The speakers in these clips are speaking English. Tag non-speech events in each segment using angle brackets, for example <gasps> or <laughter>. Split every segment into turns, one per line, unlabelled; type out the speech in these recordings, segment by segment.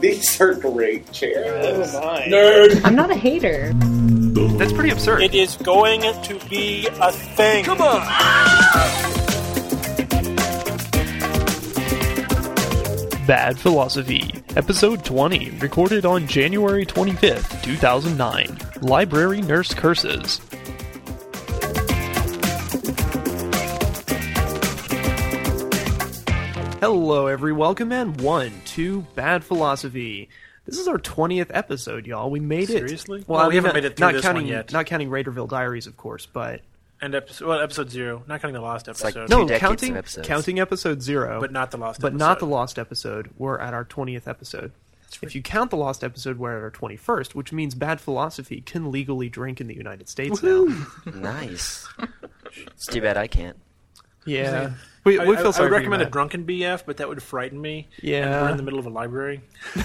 These are great chairs.
Oh my.
Nerd.
I'm not a hater.
That's pretty absurd.
It is going to be a thing.
Come on. Bad Philosophy, Episode 20, recorded on January 25th, 2009. Library Nurse Curses. Hello, every welcome and one to Bad Philosophy. This is our twentieth episode, y'all. We made it.
Seriously?
Well,
Well,
I
we
mean,
haven't
not-
made it through
Not
this
counting,
one yet.
not counting Raiderville Diaries, of course, but
and episode well episode zero, not counting the last
like-
episode,
Two
no,
decades
counting
of episodes.
counting episode zero,
but not the last.
but
episode.
not the lost episode. We're at our twentieth episode. If you count the lost episode, we're at our twenty-first, which means Bad Philosophy can legally drink in the United States now.
Nice. <laughs> it's too bad I can't.
Yeah, we,
I,
we
I-
feel
I
sorry.
would
for you,
recommend a
Matt.
drunken BF, but that would frighten me.
Yeah.
and we're in the middle of a library.
<laughs>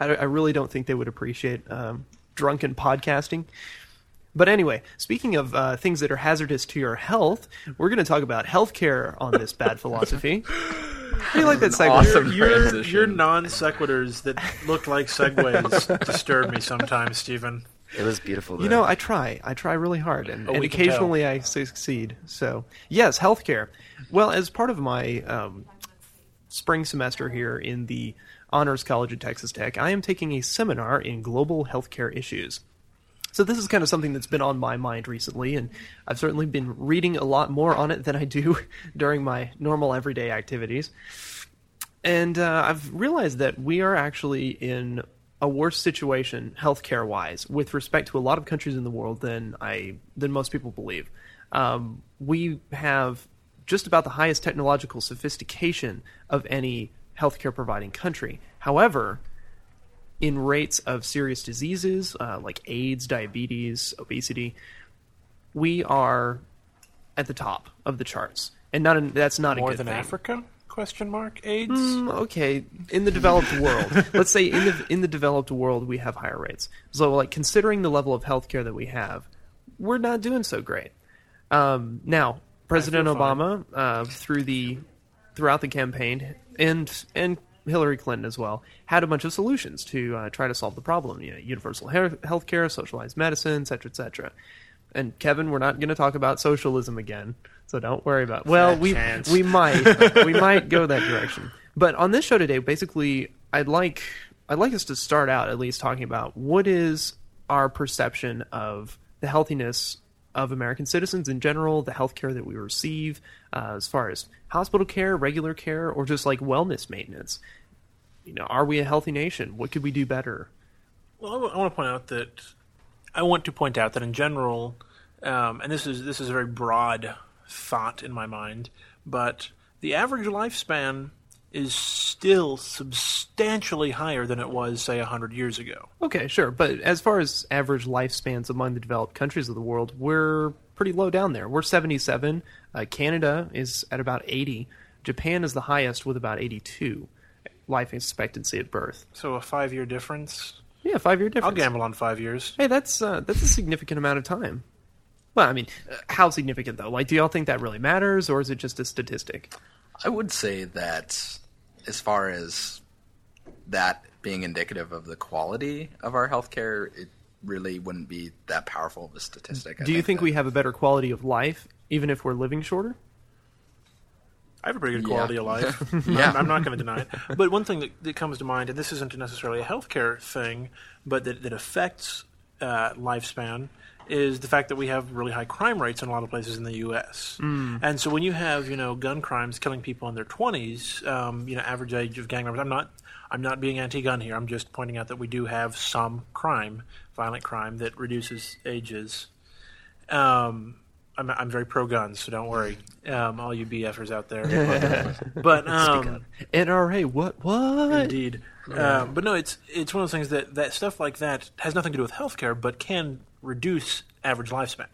I, I really don't think they would appreciate um, drunken podcasting. But anyway, speaking of uh, things that are hazardous to your health, we're going to talk about healthcare on
<laughs>
this bad
<gasps>
philosophy. How do you like that segue?
Awesome
Your,
transition.
your non sequiturs that look
<laughs>
like segues disturb me sometimes, Stephen.
It was beautiful. Though.
You know, I try. I try really hard, and, and
we can tell.
occasionally I succeed. So, yes, healthcare. Well, as part of my um, spring semester here in the Honors College at Texas Tech, I am taking a seminar in global healthcare issues. So this is kind of something that's been on my mind recently, and I've certainly been reading a lot more on it than I do <laughs> during my normal everyday activities. And uh, I've realized that we are actually in a worse situation healthcare wise with respect to a lot of countries in the world than I than most people believe. Um, we have just about the highest technological sophistication of any healthcare providing country. However, in rates of serious diseases uh, like AIDS, diabetes, obesity, we are at the top of the charts, and not in, that's not a
More
good
than
thing.
Africa? Question mark AIDS.
Um, Okay, in the developed world, let's say in the in the developed world, we have higher rates. So, like considering the level of healthcare that we have, we're not doing so great. Um, now, President Obama, uh, through the throughout the campaign, and and Hillary Clinton as well, had a bunch of solutions to uh, try to solve the problem. You know, universal health care, socialized medicine, et cetera, et cetera. And Kevin, we're not going to talk about socialism again, so don't worry about. Well, we
chance.
we might we might go that direction. But on this show today, basically, I'd like I'd like us to start out at least talking about what is our perception of the healthiness of American citizens in general, the health care that we receive, uh, as far as hospital care, regular care, or just like wellness maintenance. You know, are we a healthy nation? What could we do better?
Well, I want to point out that I want to point out that in general, um, and this is this is a very broad thought in my mind, but the average lifespan is still substantially higher than it was, say, hundred years ago.
Okay, sure. But as far as average lifespans among the developed countries of the world, we're pretty low down there. We're 77. Uh, Canada is at about 80. Japan is the highest with about 82 life expectancy at birth.
So a five-year difference.
Yeah, five year difference.
I'll gamble on five years.
Hey, that's uh, that's a significant amount of time. Well, I mean, uh, how significant though? Like, do y'all think that really matters, or is it just a statistic?
I would say that as far as that being indicative of the quality of our healthcare, it really wouldn't be that powerful of a statistic. I
Do you think
that-
we have a better quality of life, even if we're living shorter?
I have a pretty good
Yeah.
quality of
<laughs>
life.
Yeah.
I'm, I'm not going to deny it. But one thing that, that comes to mind, and this isn't necessarily a healthcare thing, but that, that affects uh, lifespan, is the fact that we have really high crime rates in a lot of places in the U.S.
Mm.
And so when you have you know gun crimes killing people in their 20s, um, you know average age of gang members. I'm not I'm not being anti-gun here. I'm just pointing out that we do have some crime, violent crime, that reduces ages. Um, I'm, I'm very pro guns, so don't worry, um, all you BFers out
<laughs>
there. but um,
NRA, what, what?
Indeed. Um, but no, it's it's one of those things that, that stuff like that has nothing to do with healthcare, but can reduce average lifespan.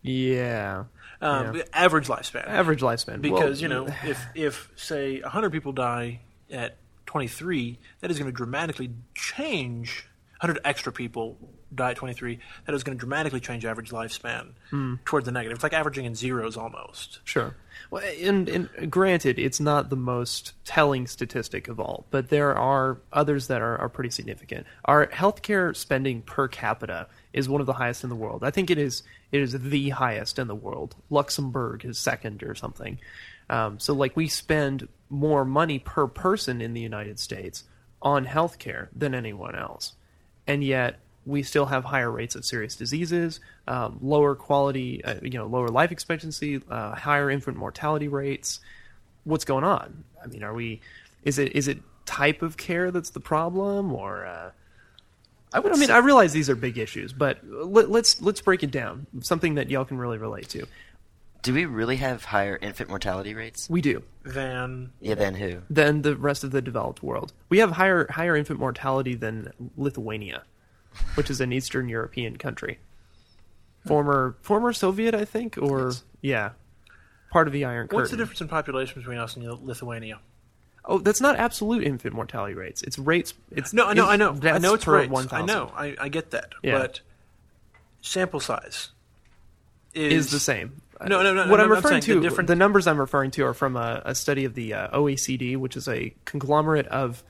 Yeah,
Um, Average lifespan.
average lifespan. Well,
because, you
<laughs>
know, if, if, say, 100 people die at 23, that is going to dramatically change. 100 extra people die at 23, that is going to dramatically change average lifespan
Hmm.
towards the negative. It's like averaging in zeros almost.
Sure. Well, and, and granted, it's not the most telling statistic of all, but there are others that are, are pretty significant. Our healthcare spending per capita is one of the highest in the world. I think it is it is the highest in the world. Luxembourg is second or something. Um, so, like, we spend more money per person in the United States on healthcare than anyone else and yet we still have higher rates of serious diseases, um, lower quality, uh, you know, lower life expectancy, uh, higher infant mortality rates. What's going on? I mean, are we? Is it is it type of care that's the problem, or? Uh, I, would, I mean, I realize these are big issues, but let, let's let's break it down. Something that y'all can really relate to.
Do we really have higher infant mortality rates?
We do.
Then
Yeah, then who?
than the rest of the developed world. We have higher higher infant mortality than Lithuania, which is an Eastern European country. Former former Soviet, I think, or yeah, part of the Iron Curtain.
what's the difference in population between us and Lithuania?
Oh, that's not absolute infant mortality rates. It's rates. It's
No, I know,
it's
I know, I
deaths
know it's
per
rates.
one thousand.
I know, I, I get that,
Yeah.
but sample size
is the same.
No, no, no, no,
What I'm
no, I'm
referring
saying
to,
the
the,
different-
numbers I'm referring to are from a, a study of the uh, OECD, which is a conglomerate of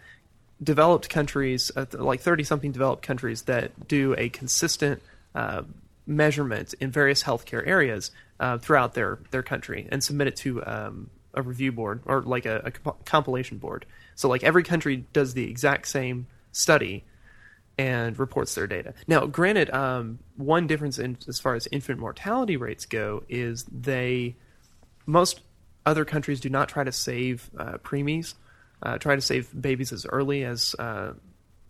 developed countries, uh, th- like 30 something developed countries that do a consistent uh, measurement in various healthcare areas uh, throughout their, their country and submit it to um, a review board or like a, a comp- compilation board. So, like, every country does the exact same study and reports their data. Now, granted, um, one difference in, as far as infant mortality rates go is they most other countries do not try to save uh, preemies, uh, try to save babies as early as uh,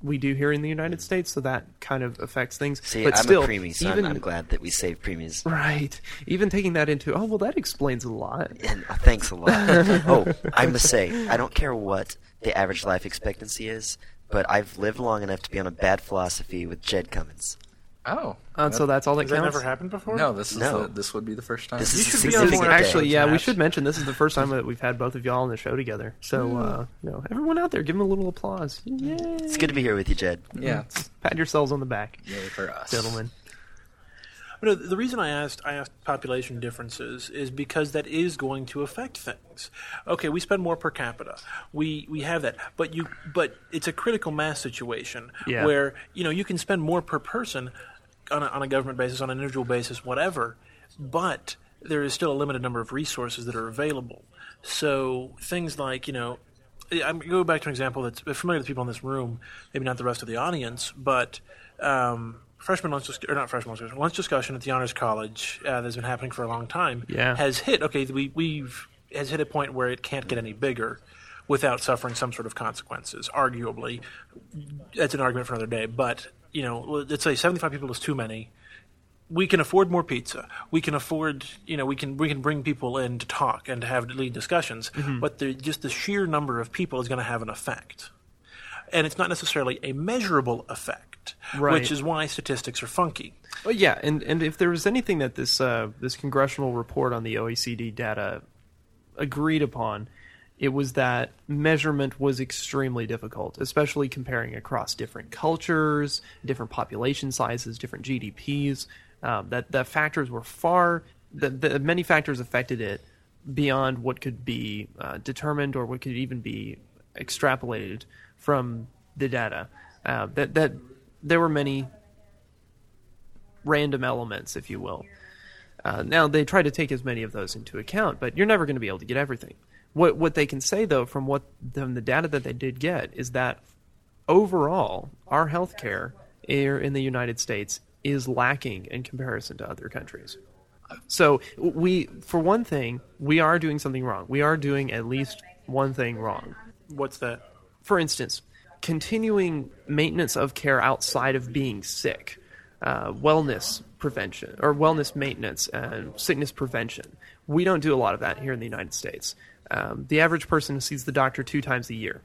we do here in the United States. So that kind of affects things.
See,
but
I'm
still,
a preemie, so
even
I'm, I'm glad that we save preemies.
right, even taking that into oh well, that explains a lot.
And uh, thanks a
<laughs>
lot. oh, I must say, I don't care what the average life expectancy is, but I've lived long enough to be on a bad philosophy with Jed Cummins.
Oh,
Uh, so that's all that
Has that
counts.
never happened before?
no. This is
No.
The, this would be the first time.
This is a
should be on more
significant
episodes,
Actually,
day.
yeah, we
Matt.
should mention this is the first time that we've had both of y'all on the show together.
Hmm.
So, uh, you know, everyone out there, give them a little applause. Yay.
It's good to be here with you, Jed.
yeah, it's
Pat yourselves on the back,
yay for us,
gentlemen.
But no, the reason I asked I asked population differences is because that is going to affect things. Okay, we spend more per capita. We we have that, but you but it's a critical mass situation
Yeah.
where you know you can spend more per person on a, on a government basis, on an individual basis, whatever. But there is still a limited number of resources that are available. So things like you know, I'm go back to an example that's familiar to people in this room, maybe not the rest of the audience, but um, freshman lunch dis- or not freshman lunch discussion, lunch discussion at the honors college uh, that's been happening for a long time
Yeah.
has hit okay we we've has hit a point where it can't get any bigger without suffering some sort of consequences arguably that's an argument for another day but you know let's say 75 people is too many we can afford more pizza. We can afford, you know, we can we can bring people in to talk and to have lead discussions. But the, just the sheer number of people is going to have an effect, and it's not necessarily a measurable effect,
Right.
which is why statistics are funky.
Well, yeah, and, and if there was anything that this uh, this congressional report on the OECD data agreed upon, it was that measurement was extremely difficult, especially comparing across different cultures, different population sizes, different GDPs. Um, that the factors were far the, the many factors affected it beyond what could be uh, determined or what could even be extrapolated from the data. Uh, that that there were many random elements, if you will. Uh, now they try to take as many of those into account, but you're never going to be able to get everything. What what they can say though, from what from the data that they did get, is that overall our healthcare here in the United States is lacking in comparison to other countries. So we, for one thing, we are doing something wrong. We are doing at least one thing wrong
What's that?
for instance, continuing maintenance of care outside of being sick, uh, wellness prevention or wellness maintenance and sickness prevention. We don't do a lot of that here in the United States. Um, the average person sees the doctor two times a year,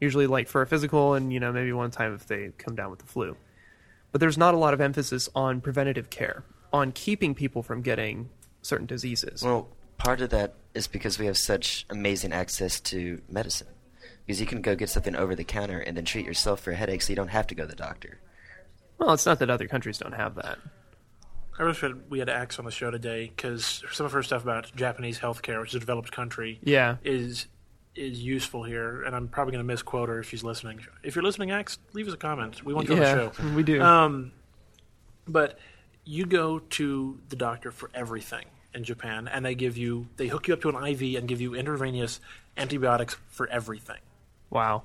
usually like for a physical and you know maybe one time if they come down with the flu. But there's not a lot of emphasis on preventative care, on keeping people from getting certain diseases.
Well, part of that is because we have such amazing access to medicine. Because you can go get something over the counter and then treat yourself for a headache so you don't have to go to the doctor.
Well, it's not that other countries don't have that.
I wish we had- we had Axe on the show today because some of her stuff about Japanese healthcare, which is a developed country,
Yeah.
is is useful here. And I'm probably going to misquote her if she's listening. If you're listening, Axe, leave us a comment. We want you on
yeah,
the show.
we do.
Um, but you go to the doctor for everything in Japan, and they give you they hook you up to an IV and give you intravenous antibiotics for everything.
wow.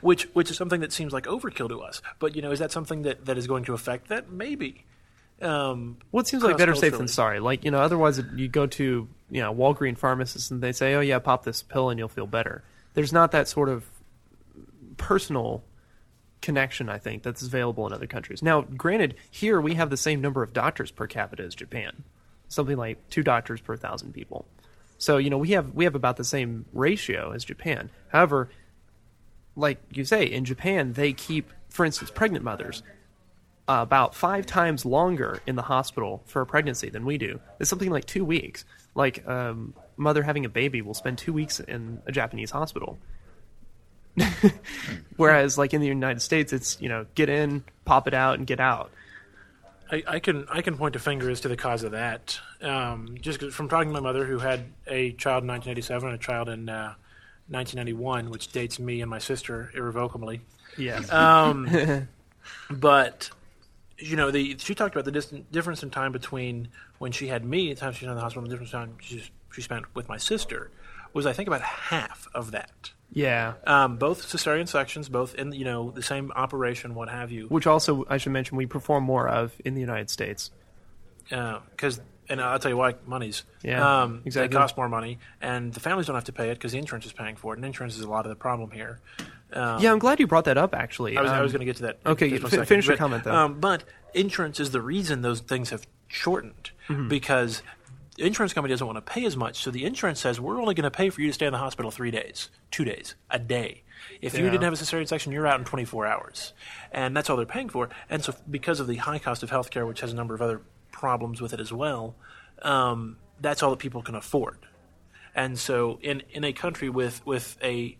Which which is something that seems like overkill to us. But you know, is that something that, that is going to affect that? Maybe. Um,
Well, it seems like better safe than
cross-culturally.
sorry. Like you know, otherwise it- you go to you know Walgreen pharmacists and they say, "Oh yeah, pop this pill and you'll feel better." There's not that sort of personal connection, I think, that's available in other countries. Now, granted, here we have the same number of doctors per capita as Japan, something like two doctors per thousand people. So you know we have we have about the same ratio as Japan. However, like you say, in Japan they keep, for instance, pregnant mothers uh, about five times longer in the hospital for a pregnancy than we do. It's something like two weeks. Like um, mother having a baby will spend two weeks in a Japanese hospital, <laughs> whereas like in the United States, it's you know get in, pop it out, and get out.
I, I can I can point a finger as to the cause of that. Um, just 'cause- from talking to my mother, who had a child in 1987 and a child in uh, 1991, which dates me and my sister irrevocably.
Yeah,
But you know, the she talked about the distan difference in time between when she had me, the time she was in the hospital, and the difference in time she, she spent with my sister was I think about half of that.
yeah.
Um, both cesarean sections, both in you know the same operation, what have you.
Which also I should mention we perform more of in the United States.
because uh, and I'll tell you why money's
Yeah,
um,
exactly.
they cost more money and the families don't have to pay it because the insurance is paying for it and insurance is a lot of the problem here. Um,
yeah, I'm glad you brought that up. Actually,
I was, I
Um,
was going to get to that. in
okay,
just one
fin-
second.
finish your
But,
comment, though.
Um, but insurance is the reason those things have shortened
Mm-hmm.
because the insurance company doesn't want to pay as much. So the insurance says we're only going to pay for you to stay in the hospital three days, two days, a day. If you
Yeah.
didn't have a cesarean section, you're out in 24 hours, and that's all they're paying for. And so because of the high cost of healthcare, which has a number of other problems with it as well, um, that's all that people can afford. And so, in, in a country with, with a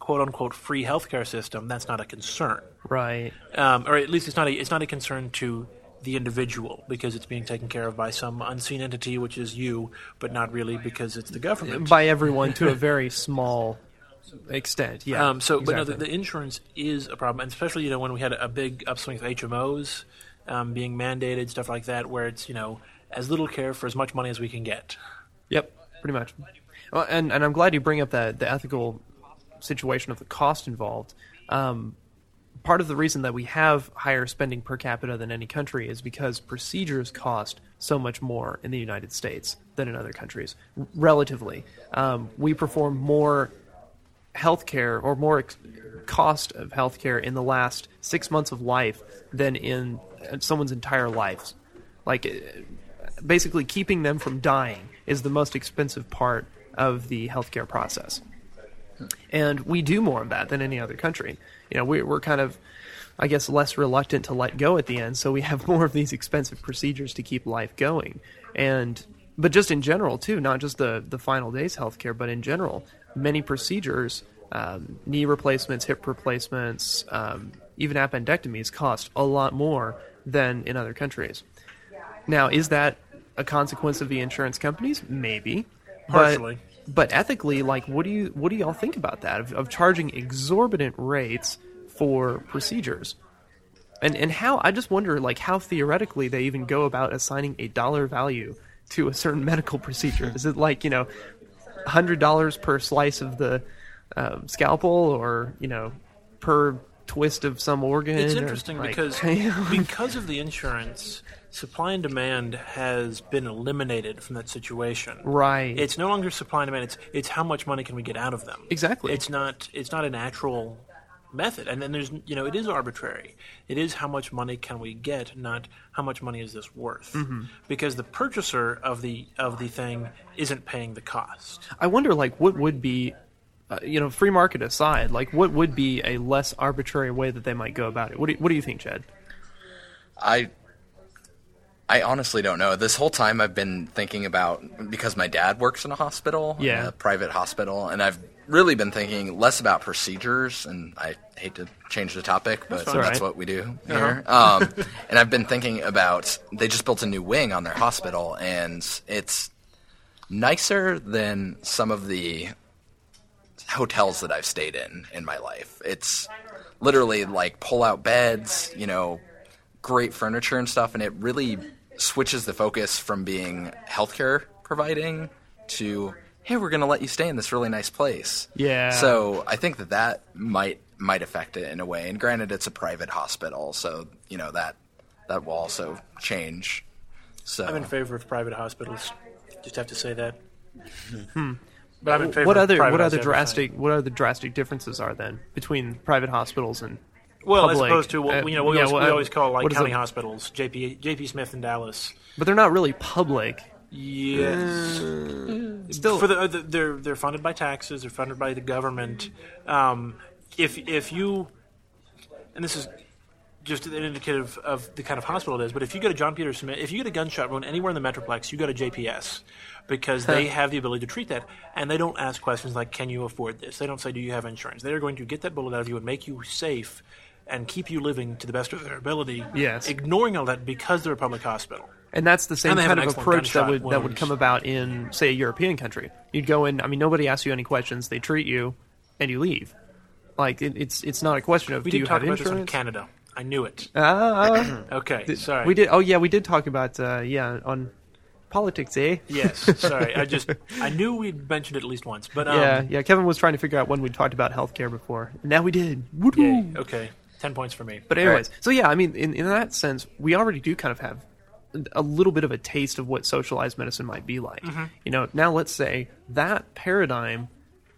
quote unquote free healthcare system, that's not a concern
right.
um, or at least it's not a, it's not a concern to the individual because it's being taken care of by some unseen entity, which is you, but not really because it's the government.
By everyone to a very small extent. Yeah.
um, so, but no,
exactly.
the, the insurance is a problem, and especially you know when we had a, a big upswing with HMOs um, being mandated, stuff like that, where it's you know as little care for as much money as we can get.
Yep, pretty much. Well, and and I'm glad you bring up the the ethical situation of the cost involved. Um, part of the reason that we have higher spending per capita than any country is because procedures cost so much more in the United States than in other countries. r- Relatively, um, we perform more healthcare or more ex- cost of healthcare in the last six months of life than in uh, someone's entire life. Like, uh, basically, keeping them from dying is the most expensive part of the healthcare process. And we do more of that than any other country. You know, we, we're kind of, I guess, less reluctant to let go at the end, so we have <laughs> more of these expensive procedures to keep life going. And, but just in general, too, not just the, the final days healthcare, but in general, many procedures, um, knee replacements, hip replacements, um, even appendectomies cost a lot more than in other countries. Now, is that a consequence of the insurance companies? Maybe. But-
Partially.
But, ethically, like, what do you what do y'all think about that of, of charging exorbitant rates for procedures? And and how I just wonder like how theoretically they even go about assigning a dollar value to a certain medical procedure. Is it like you know, hundred dollars per slice of the um, scalpel, or you know, per twist of some organ?
It's
or,
interesting
like-
because
<laughs>
because of the insurance, supply and demand has been eliminated from that situation.
Right.
It's no longer supply and demand. It's it's how much money can we get out of them.
Exactly.
It's not it's not a natural method. And then there's you know it is arbitrary. It is how much money can we get, not how much money is this worth. Because the purchaser of the of the thing isn't paying the cost.
I wonder, like, what would be, uh, you know, free market aside, like, what would be a less arbitrary way that they might go about it? What do you, what do you think, Chad?
I I honestly don't know. This whole time I've been thinking about because my dad works in a hospital,
Yeah.
a private hospital, and I've really been thinking less about procedures, and I hate to change the topic, but that's,
fine. Uh-huh. Alright.
what we do here.
<laughs>
Um, and I've been thinking about they just built a new wing on their hospital, and it's nicer than some of the hotels that I've stayed in in my life. It's literally like pull out beds, you know, great furniture and stuff, and it really switches the focus from being healthcare providing to hey, we're going to let you stay in this really nice place.
Yeah.
So I think that that might might affect it in a way. And granted, it's a private hospital, so you know that that will also change. So
I'm in favor of private hospitals. Just have to say that. But I'm in favor
What
of
other
private
what other
hospitals.
drastic what other drastic differences are then between private hospitals and
Well, as
public,
opposed to what
uh,
you know, we,
yeah,
always,
well,
we
uh,
always call like
what is
county
it?
hospitals, JP JP Smith in Dallas.
but they're not really public.
Yes.
Still,
For the, uh, the- they're they're funded by taxes. They're funded by the government. Um, if if you, and this is just an indicative of the kind of hospital it is. But if you go to John Peter Smith, if you get a gunshot wound anywhere in the Metroplex, you go to JPS because they have the ability to treat that, and they don't ask questions like, "Can you afford this?" They don't say, "Do you have insurance?" They are going to get that bullet out of you and make you safe and keep you living to the best of their ability.
Yes.
ignoring all that because they're a public hospital.
and that's the same
and they have
kind
an
of
excellent
approach that
gunshot
would that would
wounds.
come about in say a European country. You'd go in. I mean, nobody asks you any questions. They treat you, and you leave. Like it, it's it's not a question of
We
do
did
you
talk
have
about this on
insurance.
Canada. I knew it.
Ah,
<coughs> Okay, sorry.
we did. Oh yeah, we did talk about uh, yeah on politics, eh?
Yes, sorry. I just I knew we'd mentioned it at least once, but um,
yeah, yeah. Kevin was trying to figure out when we talked about healthcare before. Now we did. Woo-hoo.
yay, okay, ten points for me.
But anyways, so yeah, I mean, in, in that sense, we already do kind of have a little bit of a taste of what socialized medicine might be like.
Mm-hmm.
You know, now let's say that paradigm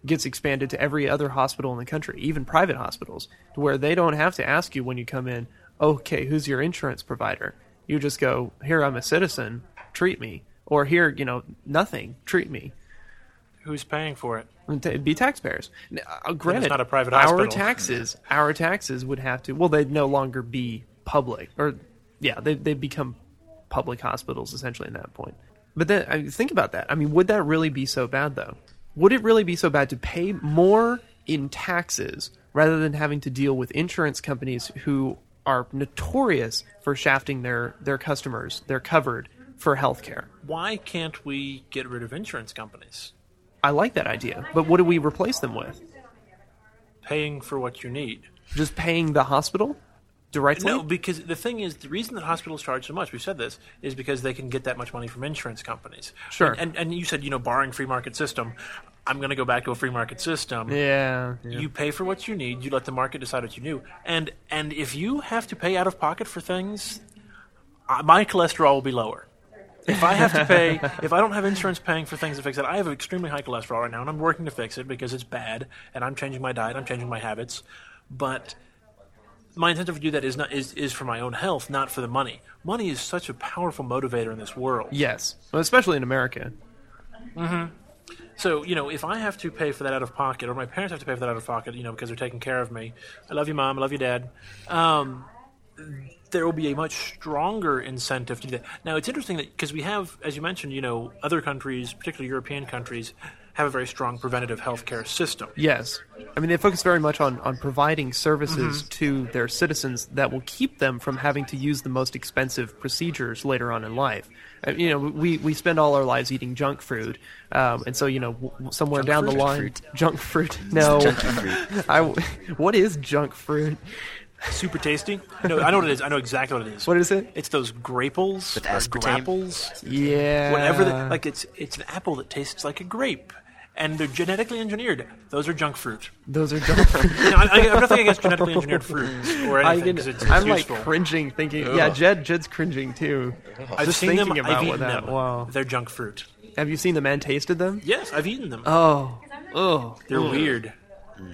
gets expanded to every other hospital in the country, even private hospitals, to where they don't have to ask you when you come in, okay, who's your insurance provider? You just go, here, I'm a citizen, treat me. Or here, you know, nothing, treat me.
Who's paying for it?
And t- It'd be taxpayers. N- uh, granted,
not a private
our
hospital.
taxes, our taxes would have to. Well, they'd no longer be public, or yeah, they they become public hospitals essentially at that point. But then I mean, think about that. I mean, would that really be so bad though? Would it really be so bad to pay more in taxes rather than having to deal with insurance companies who are notorious for shafting their their customers? They're covered for healthcare.
Why can't we get rid of insurance companies
I like that idea, but what do we replace them with?
paying for what you need?
just paying the hospital directly.
No, because the thing is, the reason that hospitals charge so much, we've said this, is because they can get that much money from insurance companies.
Sure.
And and you said you know barring free market system, I'm going to go back to a free market system.
Yeah,
You pay for what you need. You let the market decide what you do. And and if you have to pay out of pocket for things, uh, my cholesterol will be lower. If I have to pay, if I don't have insurance paying for things to fix it, I have extremely high cholesterol right now, and I'm working to fix it because it's bad, and I'm changing my diet, I'm changing my habits, but my incentive to do that is not is, is for my own health, not for the money. Money is such a powerful motivator in this world.
Yes, well, especially in America.
So, you know, if I have to pay for that out of pocket, or my parents have to pay for that out of pocket, you know, because they're taking care of me, I love you, mom, I love you, dad, um, there will be a much stronger incentive to do that. Now, it's interesting that, because we have, as you mentioned, you know, other countries, particularly European countries, have a very strong preventative healthcare system.
Yes, I mean they focus very much on on providing services to their citizens that will keep them from having to use the most expensive procedures later on in life. Uh, you know, we we spend all our lives eating junk food, um, and so you know, w- w- somewhere down the
fruit?
line,
Fruit.
junk fruit. No, I w <laughs> what is junk fruit?
Super tasty. No, I know what it is. I know exactly what it is.
What is it?
It's those grapels,
With
or
aspartame?
grapples.
Yeah,
whatever the,
Uh.
like it's it's an apple that tastes like a grape and they're genetically engineered those are junk fruit
those are junk. <laughs> fruit.
now, I, I, i'm nothing against genetically engineered fruits or
I
anything 'cause it's, it's
am
useful
like cringing thinking. Yeah, Jed, Jed's cringing too.
i've
just
seen
thinking
them
about
i've
what
eaten
that-
them
wow.
they're junk fruit
Have you seen them and tasted them?
yes i've eaten them
Oh, oh,
they're weird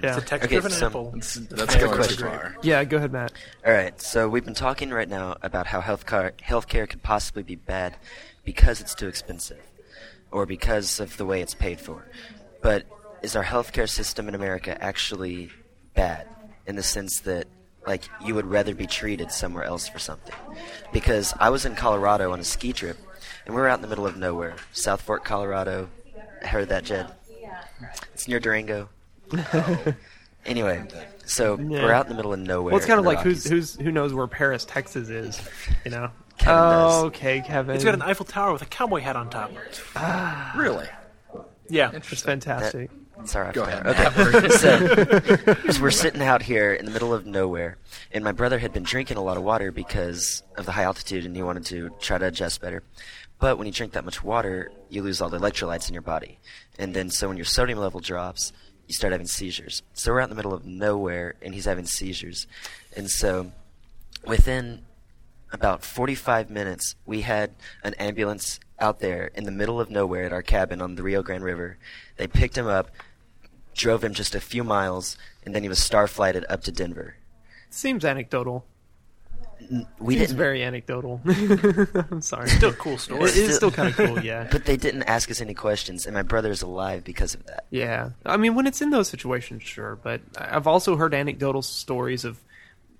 yeah,
the texture of
Okay,
an
some-
apple
That's, that's going too
question.
far.
yeah. Go ahead, Matt.
All right, so we've been talking right now about how healthcare healthcare could possibly be bad because it's too expensive or because of the way it's paid for. But is our healthcare system in America actually bad in the sense that like you would rather be treated somewhere else for something? Because I was in Colorado on a ski trip and we were out in the middle of nowhere, South Fork, Colorado. Heard that, Jed? It's near Durango. Anyway, so
Yeah.
we're out in the middle of nowhere.
Well, it's kind of
in the
like who's
Rockies.
who's who knows where Paris, Texas is, you know?
Kevin does.
okay, Kevin.
It's got an Eiffel Tower with a cowboy hat on top.
Really?
Yeah.
It's
Interesting.
fantastic.
Sorry,
Go
I've
ahead.
got-
Matt. We're-
so, <laughs> so we're sitting out here in the middle of nowhere, and my brother had been drinking a lot of water because of the high altitude, and he wanted to try to adjust better. But when you drink that much water, you lose all the electrolytes in your body, and then so when your sodium level drops, you start having seizures. So we're out in the middle of nowhere, and he's having seizures, and so within about 45 minutes, we had an ambulance out there in the middle of nowhere at our cabin on the Rio Grande River. They picked him up, drove him just a few miles, and then he was star flighted up to Denver.
Seems anecdotal.
We
Seems
didn't,
very anecdotal. <laughs> I'm sorry.
Still a cool story.
it is still kind of
<laughs>
cool, yeah.
<laughs> but they didn't ask us any questions, and my brother is alive because of that.
Yeah, I mean, when it's in those situations, sure. But I- I've also heard anecdotal stories of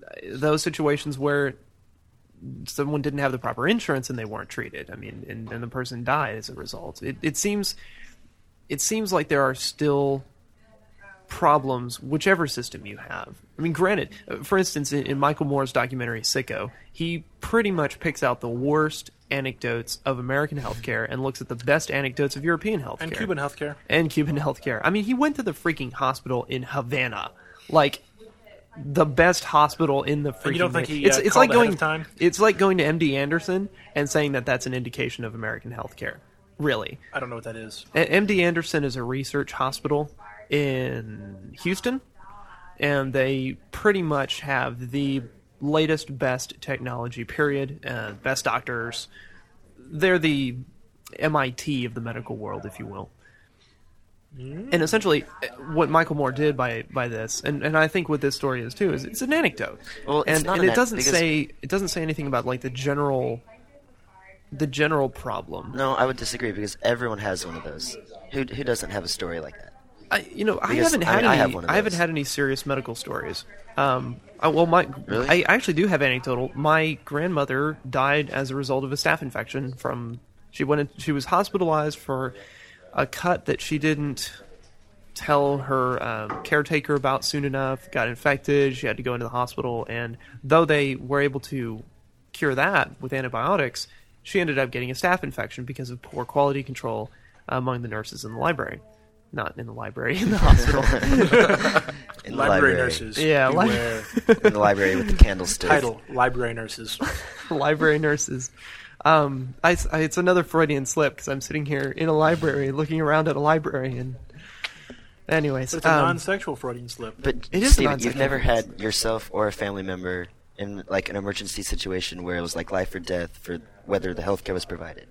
uh, those situations where someone didn't have the proper insurance and they weren't treated. I mean, and, and the person died as a result. It, it seems, it seems like there are still problems, whichever system you have. I mean, granted, uh, for instance, in, in Michael Moore's documentary Sicko, he pretty much picks out the worst anecdotes of American healthcare and looks at the best anecdotes of European healthcare
and Cuban healthcare.
and Cuban healthcare. I mean, he went to the freaking hospital in Havana, like the best hospital in the freaking.
you don't think
nation.
he, uh,
it's, it's
called
like
ahead
going
of time?
It's like going to MD Anderson and saying that that's an indication of American healthcare. Really,
I don't know what that is.
A- MD Anderson is a research hospital in Houston, and they pretty much have the latest, best technology. Period. Uh, best doctors. They're the MIT of the medical world, if you will. And essentially, uh, what Michael Moore did by by this, and, and I think what this story is too, is it's an anecdote,
Well, it's
and,
not
and
an
it
an-
doesn't
because-
say it doesn't say anything about like the general the general problem.
No, I would disagree because everyone has one of those. Who, who doesn't have a story like that?
I, you know, I
Because,
haven't
I
had
mean,
any.
I
I,
have one of
haven't
those.
had any serious medical stories. Um, I, well, my
Really?
I actually do have anecdotal. My grandmother died as a result of a staph infection from. She went. In, she was hospitalized for a cut that she didn't tell her um, caretaker about soon enough. Got infected. She had to go into the hospital, and though they were able to cure that with antibiotics, she ended up getting a staph infection because of poor quality control among the nurses in the library. Not in the library, <laughs> in the hospital.
<laughs> In the
<laughs> Library, nurses.
Yeah, li-
beware.
In the library with the
<laughs>
candlestick.
Title: Library nurses.
<laughs> library nurses. Um, I, I- it's another Freudian slip because I'm sitting here in a library looking around at a library. And, anyways,
But it's a
um,
non-sexual Freudian slip.
But
It is
Steven,
nonsense.
you've never had yourself or a family member in like an emergency situation where it was like life or death for whether the healthcare was provided.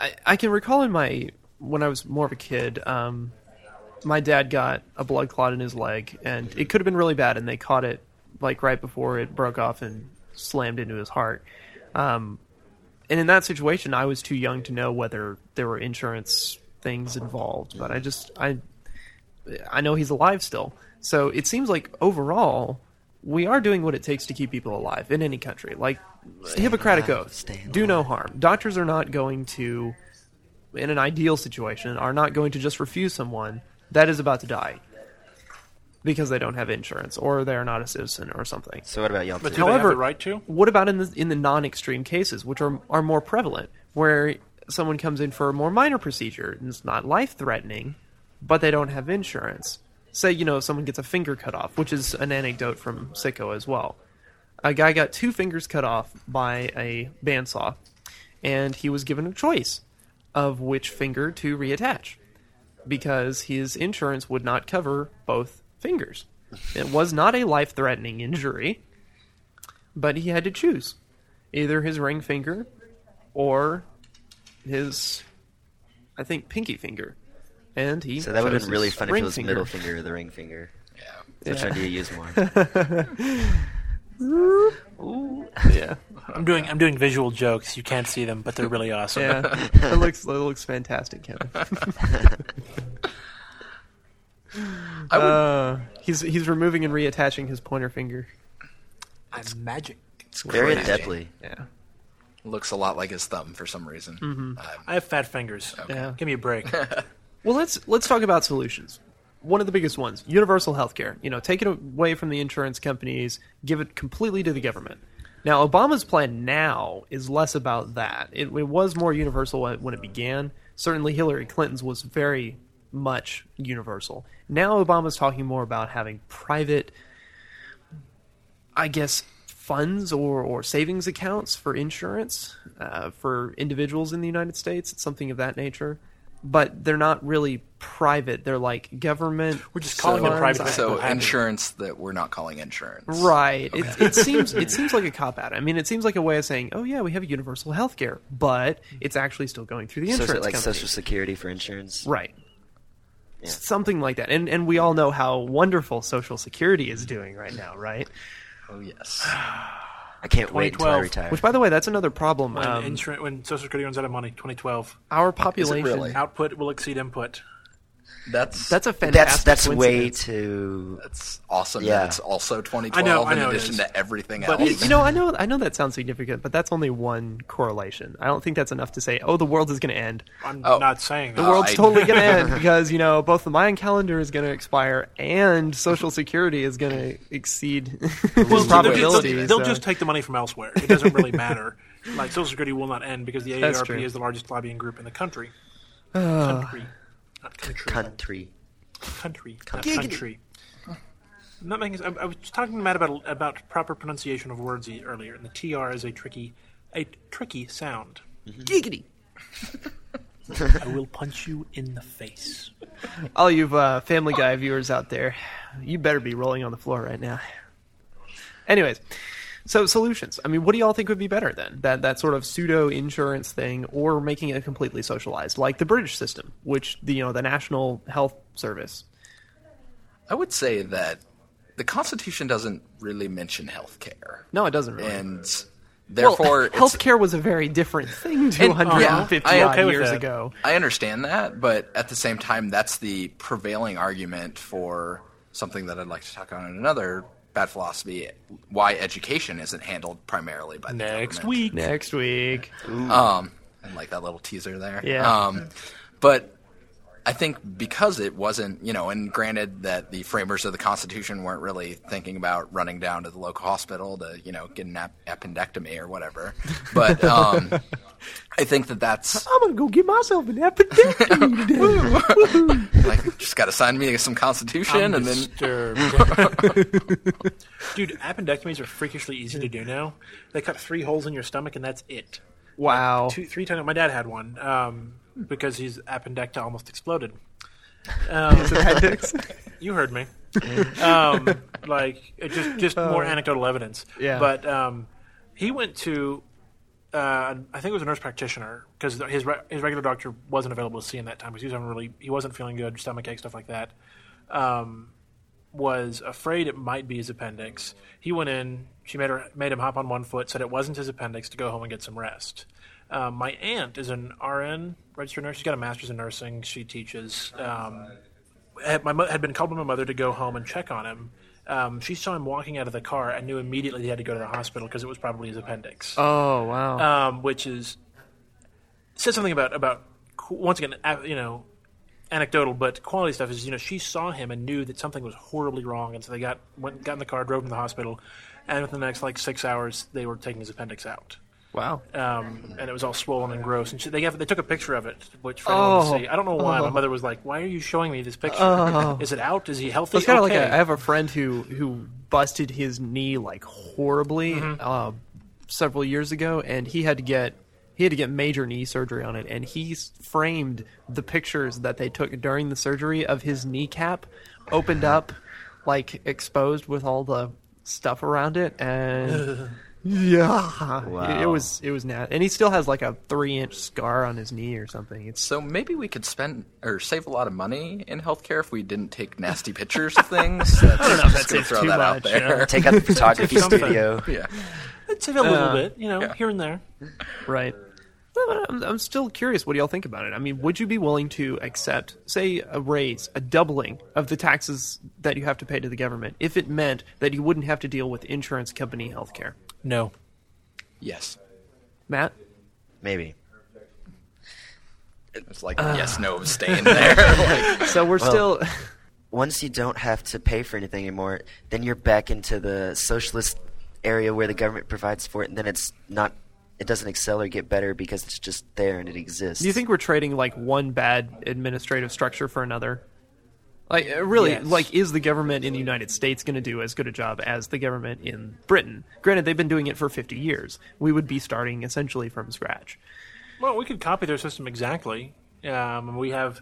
I, I can recall in my when I was more of a kid, um, my dad got a blood clot in his leg, and it could have been really bad. And they caught it like right before it broke off and slammed into his heart. Um, and in that situation, I was too young to know whether there were insurance things involved. But I just I I know he's alive still. So it seems like overall, we are doing what it takes to keep people alive in any country. Like Hippocratic
alive,
oath,
stay
do no harm. Doctors are not going to, in an ideal situation, are not going to just refuse someone that is about to die because they don't have insurance or they are not a citizen or something.
So what about y'all?
but do
two?
they have
However-
the right to?
What about in the in the non-extreme cases, which are are more prevalent, where someone comes in for a more minor procedure and it's not life-threatening, but they don't have insurance? Say, you know, someone gets a finger cut off, which is an anecdote from Sicko as well. A guy got two fingers cut off by a bandsaw, and he was given a choice of which finger to reattach because his insurance would not cover both fingers. It was not a life threatening injury, but he had to choose either his ring finger or his, I think, pinky finger. And he
So that would have
chose
been really
his
funny if
ring
it was
finger.
middle finger or the ring finger.
yeah.
Which
Yeah.
one do you use more?
<laughs> Yeah,
I'm doing I'm doing visual jokes. You can't see them, but they're
<laughs>
really awesome.
<laughs>
yeah. it looks it looks fantastic, Kevin.
I would,
Uh, he's he's removing and reattaching his pointer finger.
I'm magic.
it's
Very
crazy.
adeptly.
Yeah.
Looks a lot like his thumb for some reason. Um,
I have fat fingers.
Yeah. <laughs>
Give me a break.
Well, let's let's talk about solutions. one of the biggest ones, universal health care. You know, take it away from the insurance companies, give it completely to the government. Now, Obama's plan now is less about that. It, it was more universal when when it began. Certainly, Hillary Clinton's was very much universal. Now, Obama's talking more about having private, I guess, funds or, or savings accounts for insurance uh, for individuals in the United States. It's something of that nature. But they're not really private. They're like government.
We're just calling them
funds.
private.
I-
So
What happened?
insurance that we're not calling insurance.
Right. It, it seems
<laughs>
it seems like a cop out. I mean, it seems like a way of saying, "Oh yeah, we have universal health care," but it's actually still going through the
So
insurance
is it like
company.
Social Security for insurance?
right. Something like that. And and we all know how wonderful Social Security is doing right now, right?
Oh yes.
I can't wait until I
2012.
retire.
Which by the way, that's another problem.
When,
Um,
insur- when Social Security runs out of money, 2012,
our population
really?
output will exceed input.
That's
That's a
that's
fantastic
that's way
coincidence.
too.
that's awesome.
Yeah.
That it's also
I
2012
know, I
in
know it
addition
is.
to everything
But
else.
it's-
You know, I know I know that sounds significant, but that's only one correlation. I don't think that's enough to say, "Oh, the world is going to end."
I'm
Oh.
not saying
The
that.
Uh,
world's
<laughs>
I-
totally going to end because, you know, both the Mayan calendar is going to expire and Social Security is going to exceed <laughs>
Well,
well,
they'll ju-
probability.
They'll, they'll
so-
just take the money from elsewhere. It doesn't really
<laughs>
matter. Like Social Security will not end because the
That's true.
AARP is the largest lobbying group in the
<sighs>
country. country, not country,
<laughs>
Country.
country, not
Giggity.
country. I'm Not making. I, I was talking to Matt about about proper pronunciation of words e- earlier, and the tr is a tricky, a tricky sound. Giggity. I
<laughs>
will punch you in the face.
all you uh, Family Guy viewers out there, you better be rolling on the floor right now. Anyways, so solutions. I mean, what do y'all think would be better then? That that sort of pseudo insurance thing, or making it completely socialized, like the British system, which the you know the National Health Service.
I would say that the Constitution doesn't really mention health care.
No, it doesn't really.
And therefore, it's-
healthcare was a very different thing
And- oh,
250
yeah, I'm
odd
okay
with
years
that.
ago.
I understand that, but at the same time, that's the prevailing argument for something that I'd like to talk on in another bad philosophy: why education isn't handled primarily by the
Next
government.
week.
Next week,
Um, and like that little teaser there.
Yeah.
Um, but I think because it wasn't, you know, and granted that the framers of the Constitution weren't really thinking about running down to the local hospital to, you know, get an ap- appendectomy or whatever.
<laughs>
But um, I think that that's
I'm gonna go get myself an appendectomy today.
like just got to sign me some Constitution, and then
disturbed. Dude, appendectomies are freakishly easy to do now. They cut three holes in your stomach, and that's it.
wow.
Two, <laughs> three times. My dad had one um, because his appendecta almost exploded. Um,
Appendix?
you heard me. Um, like it just just more anecdotal evidence.
yeah.
But um, he went to. Uh, I think it was a nurse practitioner because his re- his regular doctor wasn't available to see him that time because he was having really he wasn't feeling good stomach ache stuff like that. Um, was afraid it might be his appendix. He went in. She made her made him hop on one foot. Said it wasn't his appendix to go home and get some rest. Um, my aunt is an RN, registered nurse. She's got a master's in nursing. She teaches. Um, had, my mo- had been called by my mother to go home and check on him. Um, she saw him walking out of the car and knew immediately he had to go to the hospital because it was probably his appendix.
Oh wow.
Um, which is said something about about qu- once again, a- you know, anecdotal but quality stuff is you know she saw him and knew that something was horribly wrong, and so they got went got in the car, drove him to the hospital, and within the next like six hours they were taking his appendix out
wow.
um, and it was all swollen and gross. And she, they have, they took a picture of it, which for anyone
Oh. Oh.
to see. I don't know why. My mother was like, "Why are you showing me this picture? Is it out? Is he healthy?"
It's kind of
okay.
like a, I have a friend who who busted his knee like horribly
Mm-hmm.
uh, several years ago, and he had to get he had to get major knee surgery on it, and he s- framed the pictures that they took during the surgery of his kneecap opened up, like exposed with all the stuff around
<laughs>
it, and yeah, it, it
Wow.
was it was nat, and he still has like a three inch scar on his knee or something. It's
so maybe we could spend or save a lot of money in healthcare if we didn't take nasty pictures
<laughs>
of things. That's, I
don't know if that
going
saves
to throw
too
that out
much,
there.
Take out the photography
Something.
studio.
Yeah.
it's a little
Uh,
bit, you know, here and there.
Right. No, I'm, I'm still curious what do y'all think about it. I mean, would you be willing to accept, say, a raise, a doubling of the taxes that you have to pay to the government if it meant that you wouldn't have to deal with insurance company health care?
No,
Yes.
Matt?
Maybe.
It's like yes, no, abstain there. <laughs> Like,
So we're still.
once you don't have to pay for anything anymore, then you're back into the socialist area where the government provides for it, and then it's not, it doesn't excel or get better because it's just there and it exists.
Do you think we're trading like one bad administrative structure for another? Like uh, really,
Yes.
like is the government in the United States going to do as good a job as the government in Britain? Granted, they've been doing it for 50 years. We would be starting essentially from scratch.
Well, we could copy their system exactly. Um, and we have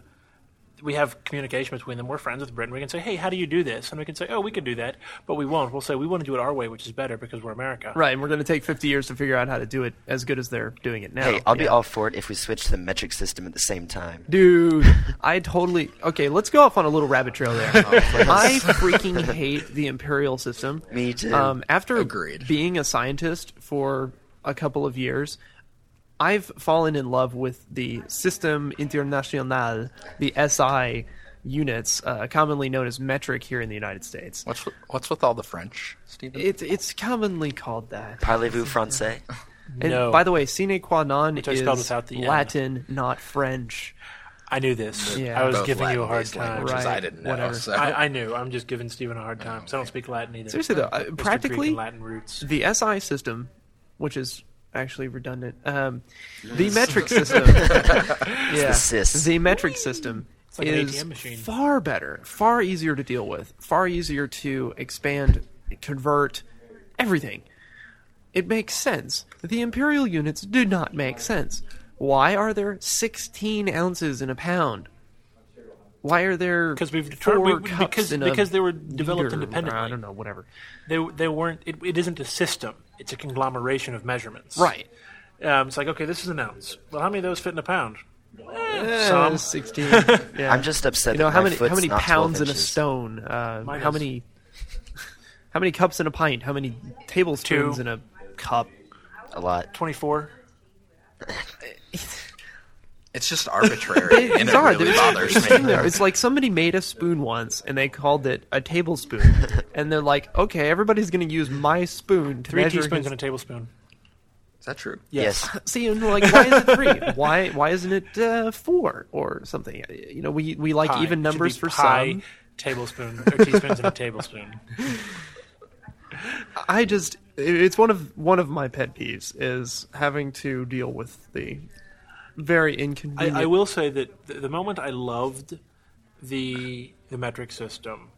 we have communication between them. We're friends with Britain. We can say, "Hey, how do you do this?" And we can say, "Oh, we could do that," but we won't. We'll say, "We want to do it our way, which is better because we're America."
Right, and we're going to take 50 years to figure out how to do it as good as they're doing it now.
Hey, I'll be <laughs>
Yeah.
all for it if we switch to the metric system at the same time.
Dude, I totally okay. Let's go off on a little rabbit trail
<laughs>
there.
Oh,
I freaking hate the imperial system.
Me too.
Um, after
Agreed.
being a scientist for a couple of years, I've fallen in love with the System International, the SI units, uh, commonly known as metric here in the United States.
What's with, what's with all the French, Stephen?
It's it's commonly called that.
Parlez-vous français?
And
No.
by the way, sine qua non
I
is
spelled without the N.
Latin, not French.
I knew this.
Yeah.
I was
Both
giving you a hard
Latin-based
time.
languages.
Right,
I didn't know.
whatever.
So.
I, I knew. I'm just giving Stephen a hard time because I don't speak Latin either.
Seriously, though,
Mr.
uh,
Greek and
practically-
Latin roots.
the SI system, which is actually redundant, um, the metric system, yeah,
sys.
the metric system
like an
is
ATM machine.
far better, far easier to deal with, far easier to expand, convert, everything. It makes sense. The imperial units do not make sense. Why are there 16 ounces in a pound? Why are there
Because we've deter-
four
we-
cups
because-
in a
because they were developed
liter?
independently.
I don't know, whatever.
They they weren't. It, it isn't a system. It's a conglomeration of measurements.
Right.
Um, it's like okay, this is an ounce. Well, how many of those fit in a pound?
Eh,
Some.
<laughs>
16. Yeah.
I'm just upset
You know
that
how
my
many
foot's
how many
not 12
pounds in a
inches.
stone? Uh,
Mine
how
is-
many how many cups in a pint? How many tablespoons
Two.
in a cup?
A lot.
Twenty four.
It's just
<laughs>
arbitrary, and it
Sorry,
really
there's-
bothers
there's thing
me.
there. It's like somebody made a spoon once and they called it a
<laughs>
tablespoon, and they're like, okay, everybody's going to use my spoon to
Three
measure.
teaspoons
his-
and a tablespoon.
Is that true?
Yes.
<laughs>
See, and like, why is it three? Why why isn't it uh, four or something? You know, we we like
Pie. It should
even numbers
be
for
pie,
some.
Tablespoon or teaspoons and a
<laughs>
tablespoon.
I just it's one of one of my pet peeves is having to deal with the very inconvenient.
I, I will say that the, the moment I loved the the metric system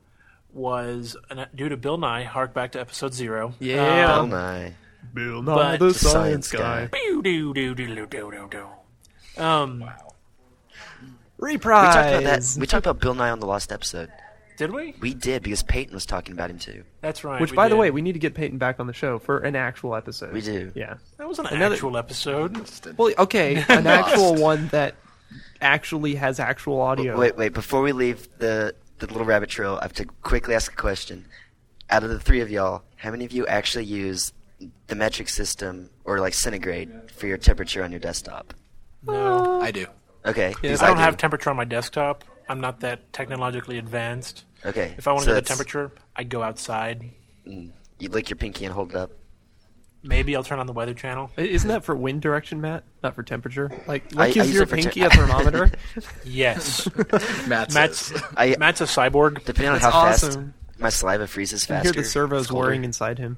was an, due to Bill Nye. Hark back to episode zero. Um,
Yeah.
Oh my.
Bill
But-
the
the
science
science
guy.
guy.
Pew, doo, doo, doo, doo, doo, doo, doo. Um,
Reprise.
We talked about that. We talked about Bill Nye on the last episode.
did we?
We did because Peyton was talking about him too.
That's right.
Which,
we
by the
did.
way, we need to get Peyton back on the show for an actual episode.
We do.
Yeah.
that was an
another-
actual episode.
Well, okay, an actual one that actually has actual audio.
Wait, wait. Before we leave the the little rabbit trail, I have to quickly ask a question. Out of the three of y'all, how many of you actually use the metric system or like centigrade for your temperature on your desktop?
No,
I do.
Okay. because
I don't
do.
have temperature on my desktop. I'm not that technologically advanced.
Okay.
If I want to
so
know the
that's-
temperature, I go outside.
you lick your pinky and hold it up.
Maybe I'll turn on the weather channel.
Isn't that for wind direction, Matt? Not for temperature. Like,
I-
like
I
is
use
your
it for te-
pinky a
<laughs>
thermometer?
Yes, <laughs>
Matt
Matt's
says,
I
Matt's a cyborg.
depending on
That's
how
awesome.
fast my saliva freezes
I
faster.
hear the servos
It's colder.
whirring inside him.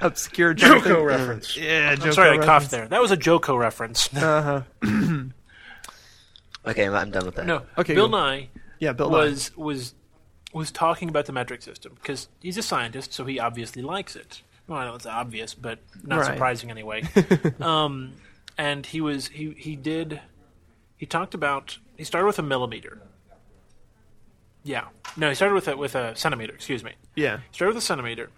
Obscure Joko reference. Yeah, Joko
I'm sorry, I
reference.
coughed there. That was a Joko reference. <laughs>
Okay, I'm, I'm done with that.
no,
Okay,
Bill
go.
Nye
Yeah, Bill Nye.
was was was talking about the metric system because he's a scientist, so he obviously likes it. Well, I know it's obvious, but not
Right.
surprising anyway. um, and he was he he did he talked about he started with a millimeter. Yeah, no, he started with a with a centimeter. Excuse me.
Yeah.
started with a centimeter,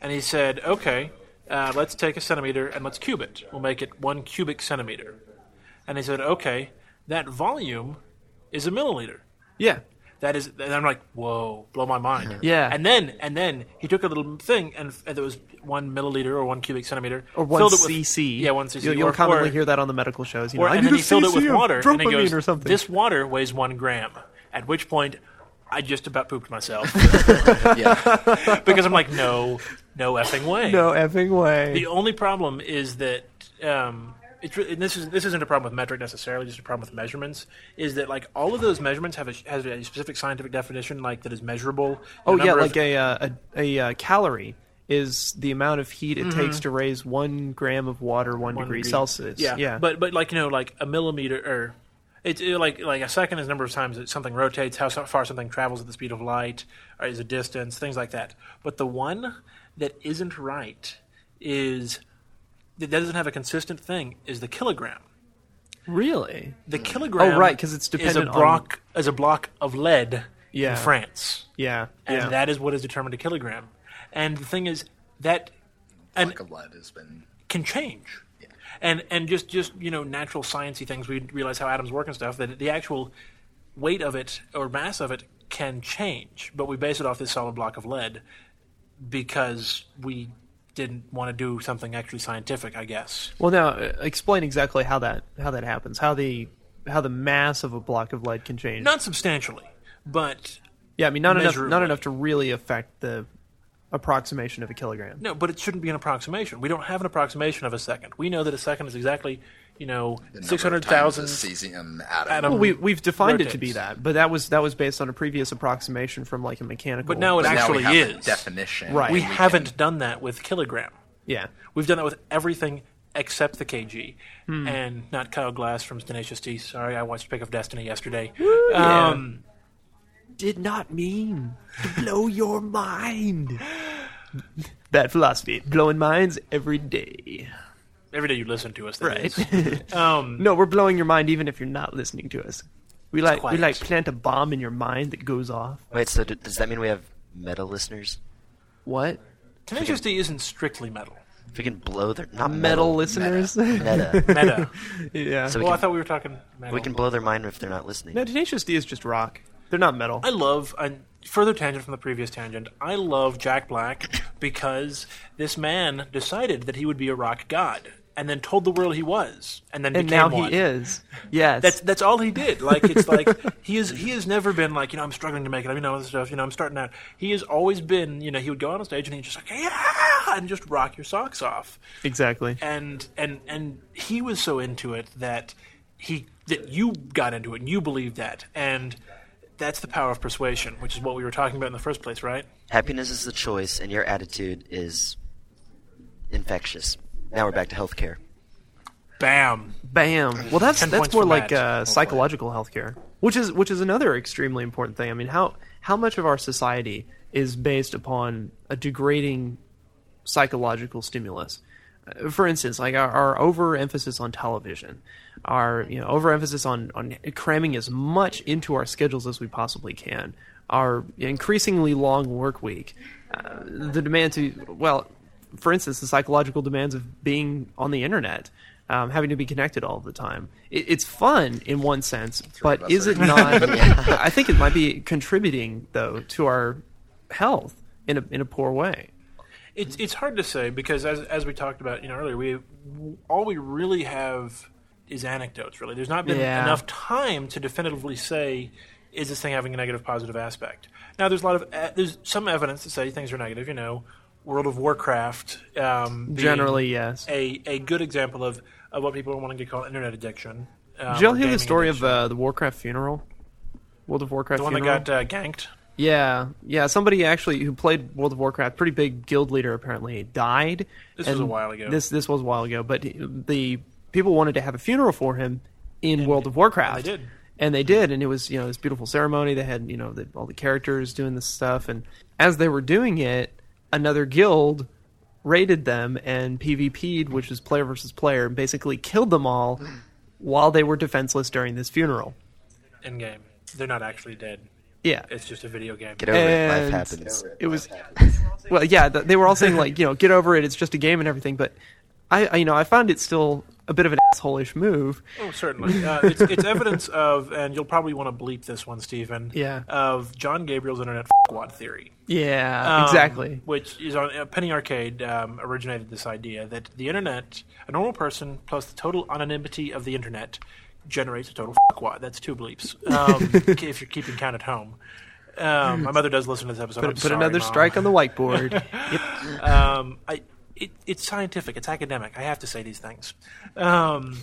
and he said, "Okay, uh, let's take a centimeter and let's cube it. We'll make it one cubic centimeter." And he said, "Okay, that volume is a milliliter.
Yeah.
That is." And I'm like, "Whoa, blow my mind."
<laughs> Yeah.
And then and then he took a little thing and, and it was one milliliter or one cubic centimeter
Or one
filled it with-
CC.
Yeah, one cc.
You'll, you'll
or,
commonly
or-
hear that on the medical shows. You know,
or,
I
and
need
then
a
he filled it
CC
with
of
water, and he
propamine
goes,
or something.
"This water weighs one gram." At which point, I just about pooped myself
yeah,
<laughs> because I'm like, "No, no effing way."
no effing way.
The only problem is that um, it's re- and this is this isn't a problem with metric necessarily, just a problem with measurements. Is that like all of those measurements have a has a specific scientific definition, like that is measurable. The
Oh yeah,
number of-
like a, uh, a a uh, calorie is the amount of heat
Mm-hmm.
it takes to raise one gram of water one, degree, Celsius.
Yeah,
yeah.
But but like you know, like a millimeter or it's it, like like a second is the number of times that something rotates, how so- far something travels at the speed of light, or is a distance, things like that. But the one that isn't right is that doesn't have a consistent thing is the kilogram.
really,
The kilogram.
Oh, right, 'cause it's
is a
dependent on-
block is a block of lead
Yeah.
in France,
yeah,
and
yeah.
that is what is determined a kilogram. And the thing is that
Like a lead has been.
can change. And and just just you know natural sciencey things we realize how atoms work and stuff that the actual weight of it or mass of it can change, but we base it off this solid block of lead because we didn't want to do something actually scientific, I guess.
well, now uh, explain exactly how that how that happens. How the how the mass of a block of lead can change.
Not substantially, but
yeah, I mean not enough not
measurably.
enough to really affect the approximation of a kilogram.
no, but it shouldn't be an approximation. We don't have an approximation of a second. We know that a second is exactly, you know,
the number of times
six hundred
a
thousand
cesium atom.
atom-
Well, we we've defined it to
rotates.
be that, but that was that was based on a previous approximation from like a mechanical.
But now it
But now
actually
we have the
is.
definition.
Right.
We
and we
haven't done that with kilogram.
yeah,
We've done that with everything except the KG and not Kyle Glass from Tenacious D. Sorry, I watched Pick of Destiny yesterday. Um,
did not mean to blow your mind. <laughs> That philosophy, blowing minds every day.
Every day you listen to us, that
Right.
is. um,
No, we're blowing your mind even if you're not listening to us. We like we
quiet.
like plant a bomb in your mind that goes off.
Wait, so d- does that mean we have metal listeners?
What?
Tenacious D isn't strictly metal.
If we can blow their not
Metal listeners?
<laughs> meta,
Oh, Meta.
<laughs> yeah.
so we
well, I
can,
thought we were talking metal.
we can blow their mind if they're not listening.
No, Tenacious D is just rock. They're not metal.
I love a further tangent from the previous tangent. I love Jack
<coughs>
Black because this man decided that he would be a rock god and then told the world he was and then
And
became
now
one.
he is. Yes.
That's that's all he did. Like
<laughs>
it's like he is he has never been like you know I'm struggling to make it. You know this stuff. You know I'm starting out. He has always been you know he would go on a stage and he's just like yeah and just rock your socks off.
exactly.
And and and he was so into it that he that you got into it and you believed that and that's the power of persuasion, which is what we were talking about in the first place, right?
Happiness is a choice, and your attitude is infectious. Now we're back to healthcare.
Bam.
Bam. Well, that's
Ten
that's
points
more
for
like
Matt,
uh, psychological healthcare, which is which is another extremely important thing. I mean, how how much of our society is based upon a degrading psychological stimulus? Uh, For instance, like our, our overemphasis on television, our you know overemphasis on on cramming as much into our schedules as we possibly can, our increasingly long work week, uh, the demand to well for instance, the psychological demands of being on the internet, um, having to be connected all the time. It, it's fun in one sense,
of
but
us
is
are-
it not? I think it might be contributing though to our health in a in a poor way.
It's it's hard to say because as as we talked about you know earlier, we all we really have is anecdotes. Really, there's not been
Yeah.
enough time to definitively say is this thing having a negative positive aspect. Now there's a lot of uh, there's some evidence to say things are negative. You know, World of Warcraft um, being
Generally, yes.
a a good example of of what people are wanting to call internet addiction. Um,
Did y'all
or
hear the
gaming
story of
addiction.
uh, the Warcraft funeral? World of Warcraft
the one that
funeral.
got uh, ganked?
Yeah, yeah. Somebody actually who played World of Warcraft, pretty big guild leader, apparently died.
This was a while ago.
This this was a while ago, but the people wanted to have a funeral for him in World of Warcraft.
and they did.
and they did, and it was you know this beautiful ceremony. They had you know the, all the characters doing this stuff, and as they were doing it, another guild raided them and PvP'd, which is player versus player, and basically killed
<clears throat>
them all while they were defenseless during this funeral.
In game, they're not actually dead.
Yeah,
It's just a video game.
Get over it. Life
And-
happens.
it was well yeah th- they were all saying like you know get over it it's just a game and everything but i I- you know i found it still a bit of an asshole-ish move
Oh, certainly. Uh, it's, it's evidence of, and you'll probably want to bleep this one, Stephen.
Yeah.
Of John Gabriel's internet quad theory.
yeah
Um,
exactly
Which is on uh, Penny Arcade um, originated this idea that the internet, a normal person plus the total anonymity of the internet, generates a total quad. That's two bleeps.
<laughs>
Um, if you're keeping count at home. Um, my mother does listen to this episode. I'm
put, put
sorry, <laughs>
another
Mom.
strike on the whiteboard
Um, I it, it's scientific, it's academic. I have to say these things. Um,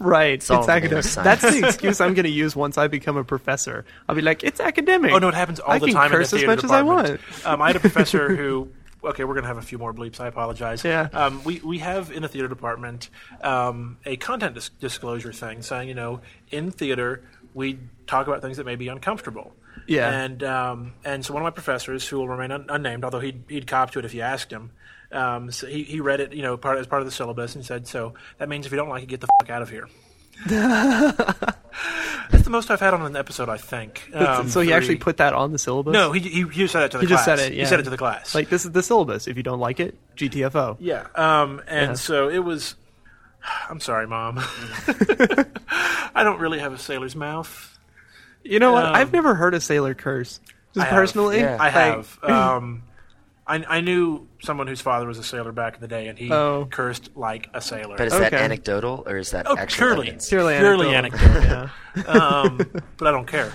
Right. It's,
all in the name
academic.
of science.
That's the excuse I'm going to use once I become a professor. I'll be like, it's academic.
oh no, it happens all
I
the
can
time.
curse
in the
as
theater
much
department.
as I want.
Um, I had a
<laughs>
professor who. Okay, we're gonna have a few more bleeps. I apologize.
Yeah.
Um, we we have in the theater department um, a content dis- disclosure thing saying you know in theater we talk about things that may be uncomfortable.
Yeah.
And um, and so one of my professors who will remain un- unnamed, although he'd he'd cop to it if you asked him. Um, so he, he read it, you know, part as part of the syllabus, and said, "So that means if you don't like it, get the fuck out of here." That's the most I've had on an episode, I think. Um,
<laughs> so he
for-
actually put that on the syllabus.
no, he, he, he said it to the
he
class.
just said it. Yeah.
He said it to the class.
Like this is the syllabus. If you don't like it, GTFO.
yeah. Um, and
Yeah.
so it was. <sighs> I'm sorry, mom. <laughs> I don't really have a sailor's mouth.
You know what?
Um,
I've never heard a sailor curse. Just
I have.
personally,
Yeah.
I
like,
have. Um, I, I knew someone whose father was a sailor back in the day, and he
Oh.
cursed like a sailor.
But is that
Okay.
anecdotal or is that
oh,
actual
purely,
evidence?
Purely anecdotal.
anecdotal. um, but I don't care.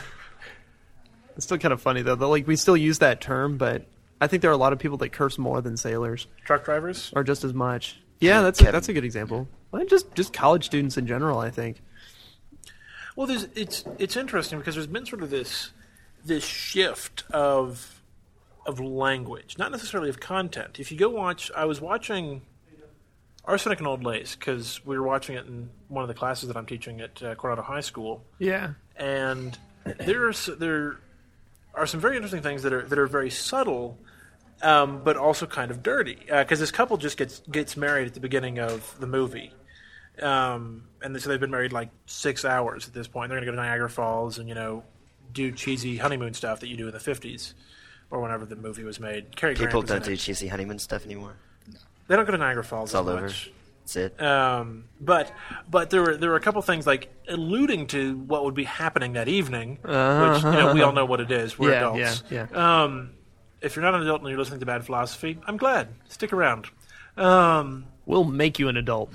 <laughs> It's still kind of funny though. that, Like we still use that term, but I think there are a lot of people that curse more than sailors,
Truck drivers.
or just as much. Yeah, that's
Kevin.
that's a good example. Well, just just college students in general, I think.
Well, there's, it's it's interesting because there's been sort of this this shift of of language, not necessarily of content. If you go watch, I was watching Arsenic and Old Lace because we were watching it in one of the classes that I'm teaching at uh, Coronado High School,
Yeah.
and there are s- there are some very interesting things that are that are very subtle. Um, but also kind of dirty because this couple just gets gets married at the beginning of the movie, um, and so they've been married like six hours at this point. They're going to go to Niagara Falls and you know do cheesy honeymoon stuff that you do in the fifties or whenever the movie was made. Cary Grant
People
was
don't
in
do
it.
cheesy honeymoon stuff anymore.
They don't go to Niagara Falls
It's all
as
over.
much.
That's it.
Um, but but there were there were a couple things like alluding to what would be happening that evening, which you know we all know what it is. We're
Yeah,
adults.
yeah,
Um, if you're not an adult and you're listening to bad philosophy, I'm glad. Stick around. Um,
We'll make you an adult.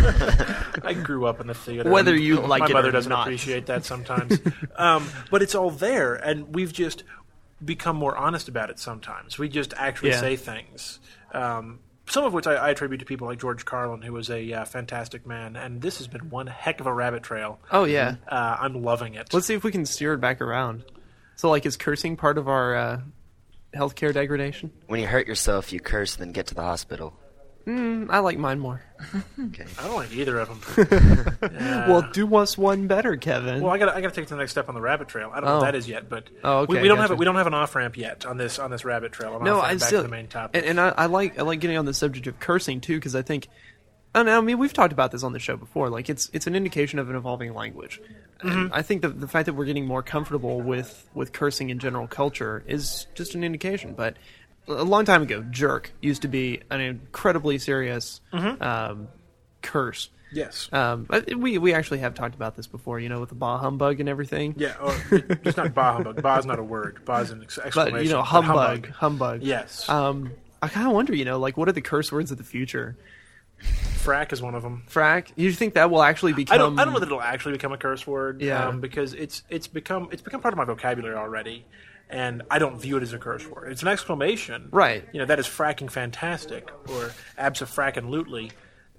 I grew up in the theater.
<laughs> Whether
and
you like
my
it
mother
or
doesn't
not.
appreciate that sometimes, <laughs> um, but it's all there, and we've just become more honest about it. Sometimes we just actually
Yeah.
say things. Um, some of which I, I attribute to people like George Carlin, who was a uh, fantastic man, and this has been one heck of a rabbit trail.
<laughs> Oh yeah.
Uh, I'm loving it.
Let's see if we can steer it back around. So, like, is cursing part of our uh, healthcare degradation?
When you hurt yourself, you curse, then get to the hospital.
Mm, I like mine more.
I don't like either of
<laughs>
them.
Well, do us one better, Kevin.
well, I got I got to take the next step on the rabbit trail. I don't know
Oh.
what that is yet, but
Oh,
we,
okay,
we don't have
gotcha.
a, we don't have an off ramp yet on this on this rabbit trail. I'm
no,
off-ramp
I
back
still
to the main topic.
and, and I, I like I like getting on the subject of cursing too because I think, and I mean we've talked about this on the show before. Like it's it's an indication of an evolving language.
Mm-hmm.
And I think the the fact that we're getting more comfortable with with cursing in general culture is just an indication. But a long time ago, jerk used to be an incredibly serious
Mm-hmm.
um, curse.
yes.
Um, but we we actually have talked about this before, you know, with the bah humbug and everything.
Yeah, or it's not bah humbug. Bah is not a word. Bah is an ex- exclamation.
<laughs> but you know,
but
humbug, humbug.
Yes,
Um, I kind of wonder, you know, like what are the curse words of the future?
frack is one of them.
Frack. You think that will actually become?
I don't. I don't know that it'll actually become a curse word.
Yeah.
um, because it's it's become it's become part of my vocabulary already, and I don't view it as a curse word. It's an exclamation.
Right.
You know that is fracking fantastic or absa fracking lootly.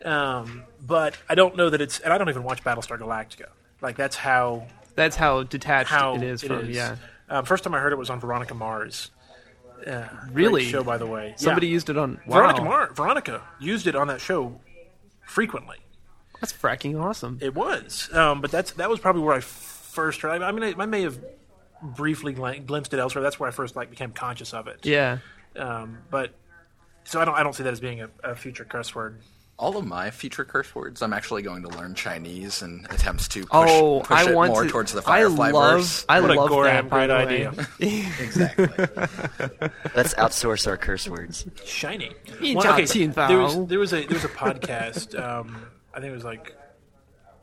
Um, but I don't know that it's, and I don't even watch Battlestar Galactica. Like that's how
That's how detached
how
it is from. Yeah.
Um, first time I heard it was on Veronica Mars. Uh, great
Really?
show by the way.
Somebody
yeah.
used it on. Wow,
Veronica Mar- Veronica used it on that show frequently.
That's fracking awesome.
It was, um, but that's that was probably where I first heard. I mean, I, I may have briefly gl- glimpsed it elsewhere. That's where I first like became conscious of it.
yeah.
Um, but so I don't I don't see that as being a, a future curse word.
All of my future curse words, I'm actually going to learn Chinese and attempts to push,
Oh,
push
I
it
want
more
to,
towards the
I
Firefly
love.
verse.
I
What a
love
gory,
that. by
great
the
idea.
way.
Exactly.
Let's outsource our curse <laughs> words.
Shiny.
<laughs> You
One-
talk
okay,
to you,
there was
Val.
there was a there was
<laughs>
a podcast. Um, I think it was like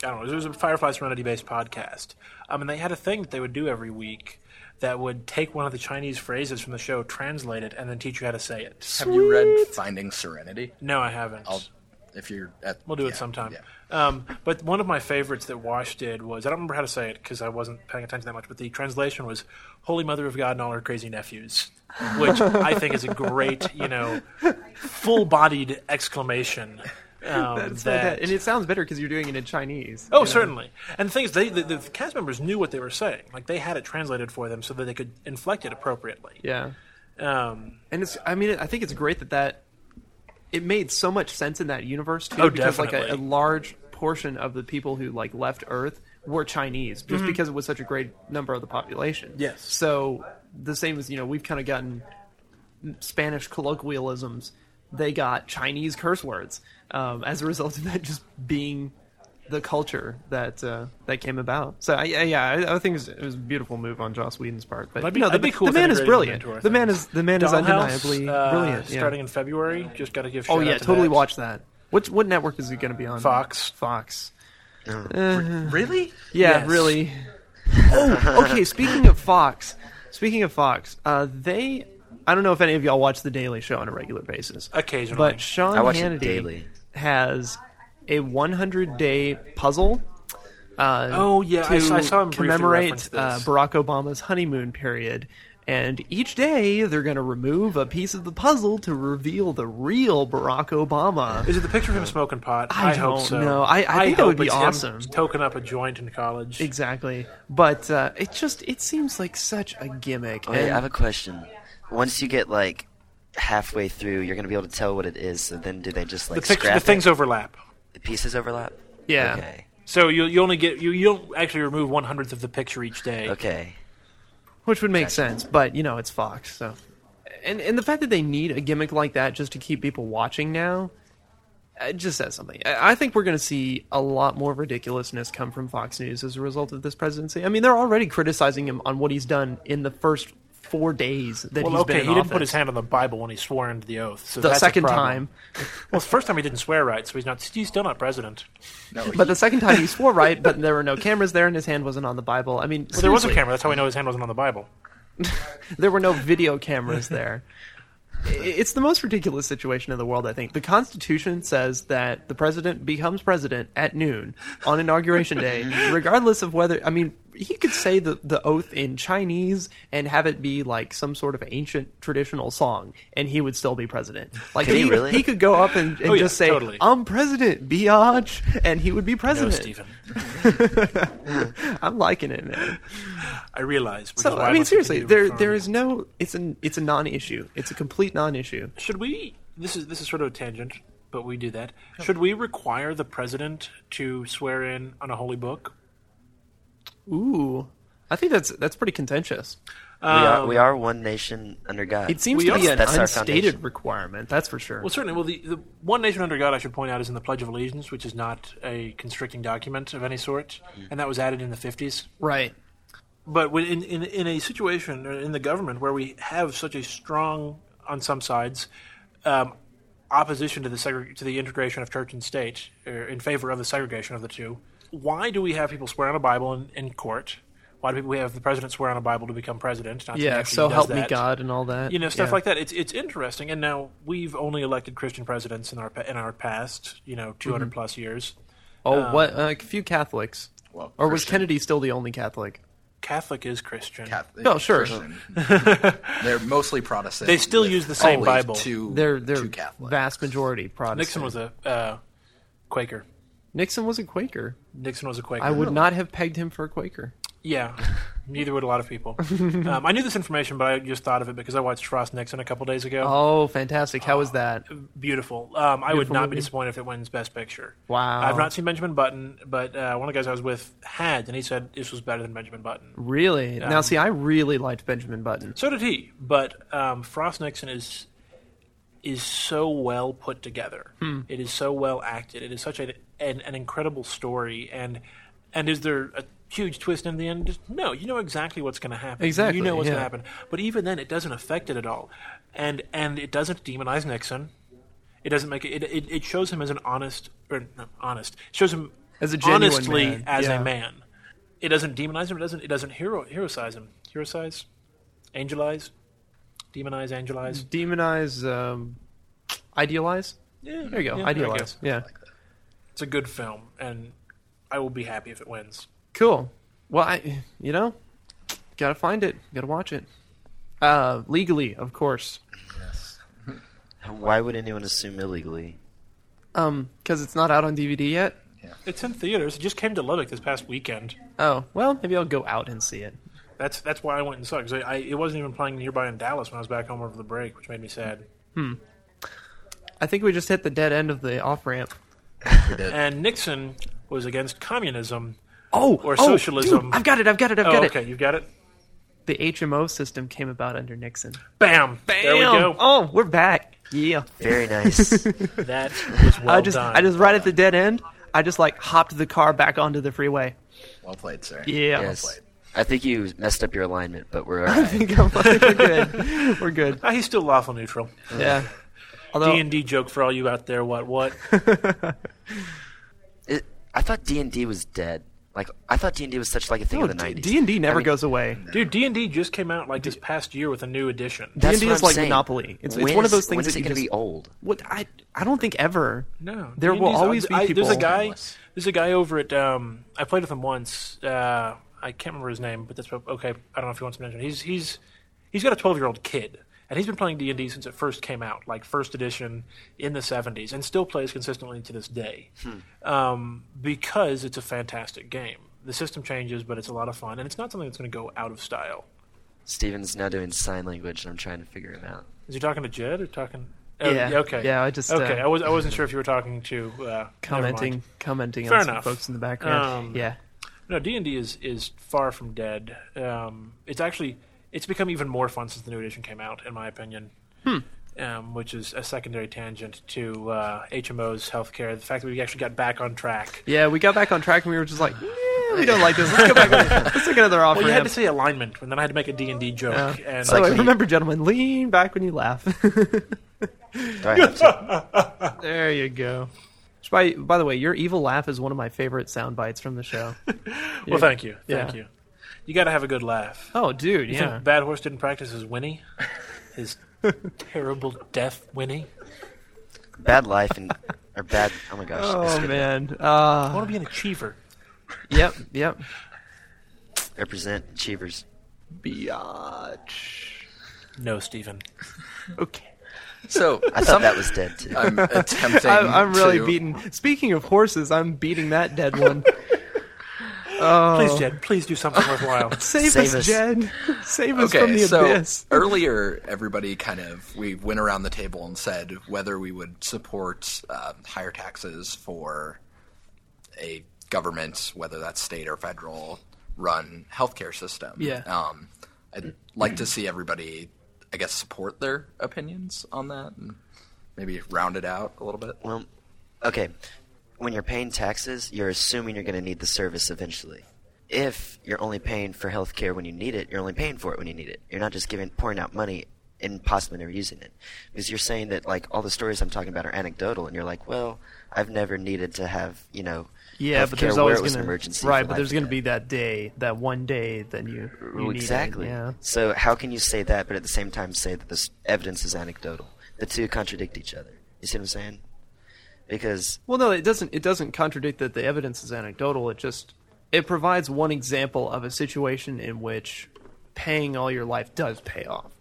I don't know. There was a Firefly Serenity based podcast, um, and they had a thing that they would do every week that would take one of the Chinese phrases from the show, translate it, and then teach you how to say it.
Have you
<laughs>
read Finding Serenity?
No, I haven't.
I'll, if you're at,
We'll do
yeah,
it sometime.
yeah.
Um, but one of my favorites that Wash did was I don't remember how to say it because I wasn't paying attention that much, but the translation was "Holy Mother of God and all her crazy nephews." which I think is a great, you know, full-bodied exclamation. Um,
That's fantastic. and it sounds better because you're doing it in Chinese.
Oh,
you know?
certainly. And the thing is, they, the, the cast members knew what they were saying. Like they had it translated for them so that they could inflect it appropriately.
Yeah,
Um,
and it's. I mean, I think it's great that that it made so much sense in that universe too,
Oh,
because like a, a
definitely.
large portion of the people who like left Earth were Chinese, just because it was such a great number of the population.
Mm-hmm. Yes.
So the same as you know, we've kind of gotten Spanish colloquialisms. They got Chinese curse words um, as a result of that just being the culture that uh, that came about. So I, I, yeah, I, I think it was, it was a beautiful move on Joss Whedon's part. But
That'd be-
no, the,
that'd be cool
the
if
man is
integrated
brilliant.
into our
The man
things.
is the man is
Dollhouse,
undeniably
uh,
brilliant. yeah.
Starting in February, just got to give.
Oh
shout
yeah,
out to
totally
that.
watch that. What what network is it going to be on?
Fox.
Fox.
Really?
Yeah,
Yes.
really. Oh, <laughs> okay. Speaking of Fox, speaking of Fox, uh, they. I don't know if any of y'all watch The Daily Show on a regular basis.
Occasionally.
But Sean
I watch it
Hannity
daily.
has a 100 day puzzle. Uh,
Oh, yeah, I-
to
I saw him briefly reference
commemorate
this.
uh, Barack Obama's honeymoon period. And each day, they're going to remove a piece of the puzzle to reveal the real Barack Obama.
Is it the picture of him smoking pot?
I
I, hope
don't
so.
know. I- I think that
hope
would be
it's him
awesome.
Token up a joint in college.
Exactly, but uh, it just it seems like such a gimmick.
Wait,
and-
Oh, I have a question. Once you get like halfway through, you're gonna be able to tell what it is. So then, do they just
the
like
picture,
scrap
the things
it?
overlap.
the pieces overlap?
yeah,
Okay.
So you you only get you you don't actually remove one hundredth of the picture each day.
Okay.
which would make sense, but you know it's Fox, so and and the fact that they need a gimmick like that just to keep people watching now, it just says something. I, I think we're going to see a lot more ridiculousness come from Fox News as a result of this presidency. I mean, they're already criticizing him on what he's done in the first four days that
Well,
he's
okay,
been
he
in
didn't put
office.
his hand on the Bible when he swore into the oath. So
the
that's a
second
problem.
time.
Well, the first time he didn't swear right, so he's not. He's still not president.
No,
But the second time he swore right, but there were no cameras there, and his hand wasn't on the Bible. I mean,
Well, there was a
seriously.
camera. That's how we know his hand wasn't on the Bible.
There were no video cameras there. I- It's the most ridiculous situation in the world, I think. The Constitution says that the president becomes president at noon on Inauguration Day,
<laughs>
regardless of whether. I mean, he could say the, the oath in Chinese and have it be like some sort of ancient traditional song, and he would still be president. Like,
Could he really?
he could go up and, and
Oh, yeah,
just say,
totally.
I'm president, biatch, and he would be
No,
president.
Stephen.
I'm liking it, man.
I realize. which is
So
why
I mean,
must
seriously,
continue
there
referring-
there is no. It's an it's a non-issue. It's a complete non-issue.
Should we? This is this is sort of a tangent, but we do that. Should we require the president to swear in on a holy book?
Ooh, I think that's that's pretty contentious.
we, are, we are one nation under God.
Um, It seems
We
to
are-
be an
That's our
unstated
foundation.
requirement. That's for sure.
Well, certainly. Well, the, the one nation under God, I should point out, is in the Pledge of Allegiance, which is not a constricting document of any sort, and that was added in the fifties.
right.
But when, in, in in a situation uh, in the government where we have such a strong, on some sides, um, opposition to the segre- to the integration of church and state, er, in favor of the segregation of the two, why do we have people swear on a Bible in, in court? Why do people we have the president swear on a Bible to become president? Not that he
Yeah.
actually
So
does
help me
that.
God and all that.
You know, stuff
Yeah.
like that. It's it's interesting. And now we've only elected Christian presidents in our pa- in our past, you know, 200
Mm-hmm.
plus years.
Oh, what
um,
uh, a few Catholics.
Well,
or was
Christian.
Kennedy still the only Catholic?
Catholic is Christian.
Catholic,
No, sure. <laughs>
Christian. they're mostly Protestant.
They still
with
use the same
always
Bible.
Two,
They're they're
two Catholic.
vast majority Protestant.
Nixon was a uh, Quaker.
Nixon was a Quaker.
Nixon was a Quaker.
I would not have pegged him for a Quaker.
Yeah, neither would a lot of
<laughs>
people. um, I knew this information, but I just thought of it because I watched Frost Nixon a couple days ago.
Oh, fantastic! How was that?
Uh, Beautiful. Um, I would
Oh. Beautiful
not
movie.
be disappointed if it wins Best Picture.
Wow.
I've not seen Benjamin Button, but uh, one of the guys I was with had, and he said this was better than Benjamin Button.
Really? now, see, I really liked Benjamin Button.
So did he. But um, Frost Nixon is is so well put together.
Hmm.
It is so well acted. It is such a, an an incredible story. And and is there a huge twist in the end? No, you know exactly what's going to happen.
Exactly,
you know what's
yeah.
going to happen. But even then, it doesn't affect it at all. And and it doesn't demonize Nixon. It doesn't make it. It, it, it shows him as an honest or no, honest. It shows him
As a genuine
honestly
man,
as
yeah.
a man. It doesn't demonize him. It doesn't. It doesn't hero heroicize him. Heroicize, angelize, demonize, angelize.
demonize um, idealize
Yeah,
Mm-hmm. there you go
yeah, there we
idealize yeah
It's a good film, and I will be happy if it wins.
cool well i you know gotta find it gotta watch it Uh, legally, of course,
Why would anyone assume illegally?
because Um, it's not out on DVD yet.
It's in theaters. It just came to Lubbock this past weekend.
Oh well, maybe I'll go out and see it.
That's that's why I went and saw it. 'cause I, I, it wasn't even playing nearby in Dallas when I was back home over the break, which made me sad.
I think we just hit the dead end of the off ramp.
We did.
And Nixon was against communism.
Oh,
Or
oh,
socialism.
dude, I've got it. I've got it. I've
Oh,
got
okay,
it.
you've got it.
The HMO system came about under Nixon.
Bam, There we
Bam!
go.
Oh, we're back. Yeah. <laughs>
Very nice.
That was well
I just,
done.
I just right at the dead end. I just like hopped the car back onto the freeway.
Well played, sir.
Yeah. <laughs>
yes. I think you messed up your alignment, but we're all
I <laughs>
right.
think I'm- I think we're good. We're good.
Ah, he's still lawful neutral. <laughs>
Yeah. Although
D and D joke for all you out there. What
<laughs>
what?
It, I thought D and D was dead. Like I thought D and D was such like a thing
no,
of the
D-
nineties.
D&D never
I mean,
goes away.
Dude, D and D just came out like this past year with a new edition.
That's
D&D
what
is
I'm
like
saying.
Monopoly. It's- it's
When
one of
is-
those things
when is
that
it
you
gonna
just-
be old.
What I I don't think ever.
No,
There will
D&D's
always be
I-
people.
there's a guy.
Homeless.
There's a guy over at. Um, I played with him once. Uh, I can't remember his name, but that's what- okay. I don't know if he wants to mention. it. He's he's he's got a 12 year old kid, and he's been playing D and D since it first came out, like first edition in the 70s, and still plays consistently to this day, um, because it's a fantastic game. The system changes, but it's a lot of fun, and it's not something that's going to go out of style.
Steven's now doing sign language, and I'm trying to figure him
<laughs>
out.
Is he talking to Jed or talking? oh,
Yeah.
Okay.
Yeah, I just,
okay.
uh,
I was I wasn't sure if you were talking to uh, never mind.
Commenting, commenting
Fair
on
enough.
some folks in the background.
Um,
yeah.
No, D and D is is far from dead. Um, it's actually it's become even more fun since the new edition came out, in my opinion. Um, which is a secondary tangent to uh, HMOs, healthcare, the fact that we actually got back on track.
Yeah, we got back on track and we were just like, "Eh, we don't like this. Let's go back. on- Let's take another off
Well, you had
ramp.
to say alignment, and then I had to make a D and D joke. and
so
like when you-
remember, gentlemen, lean back when you laugh. <laughs>
Do I have to?
there you go. Which by by the way, your evil laugh is one of my favorite sound bites from the show.
well, thank you, thank
Yeah.
you. You got to have a good laugh.
<laughs> Oh, dude,
You think
yeah.
Bad Horse didn't practice his Winnie, <laughs> his terrible deaf Winnie.
bad life and or bad. Oh my gosh. I
Oh
skipped it.
man.
I
Uh,
want to be an achiever.
yep, yep.
Represent achievers.
Biatch.
No, Stephen.
Okay.
So
I thought that was dead
<laughs>
too.
I'm attempting.
I'm, I'm really
to-
beaten. Speaking of horses, I'm beating that
<laughs>
dead one.
Please, Jed. Please do something worthwhile. <laughs>
Save,
Save
us,
us.
Jed. Save us from
Okay,
the
so
abyss.
earlier everybody kind of we went around the table and said whether we would support uh, higher taxes for a government, whether that's state or federal, run healthcare system.
Yeah.
Um, I'd like to see everybody, I guess, support their opinions on that and maybe round it out a little bit.
Well, okay. When you're paying taxes, you're assuming you're going to need the service eventually. If you're only paying for health care when you need it, you're only paying for it when you need it. You're not just giving pouring out money and possibly never using it. Because you're saying that like all the stories I'm talking about are anecdotal, and you're like, well, I've never needed to have you know.
Yeah, but
healthcare
there's
where
always
it was
gonna
an emergency
right,
for
but
life
there's
and
gonna
death."
be that day, that one day that you, you need it,
exactly.
yeah.
So how can you say that, but at the same time say that this evidence is anecdotal? The two contradict each other. You see what I'm saying? Because
Well, no, it doesn't. It doesn't contradict that the evidence is anecdotal. It just it provides one example of a situation in which paying all your life does pay off.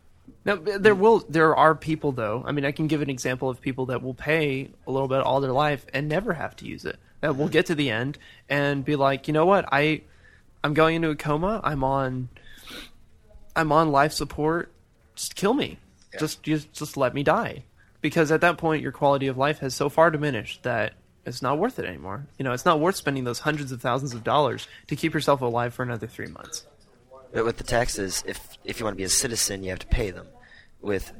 Now there will there are people though. I mean, I can give an example of people that will pay a little bit all their life and never have to use it. That will get to the end and be like, you know what, I I'm going into a coma. I'm on I'm on life support. Just kill me. Just just just let me die. Because at that point your quality of life has so far diminished that it's not worth it anymore. You know, it's not worth spending those hundreds of thousands of dollars to keep yourself alive for another 3 months.
But with the taxes, if if you want to be a citizen, you have to pay them. With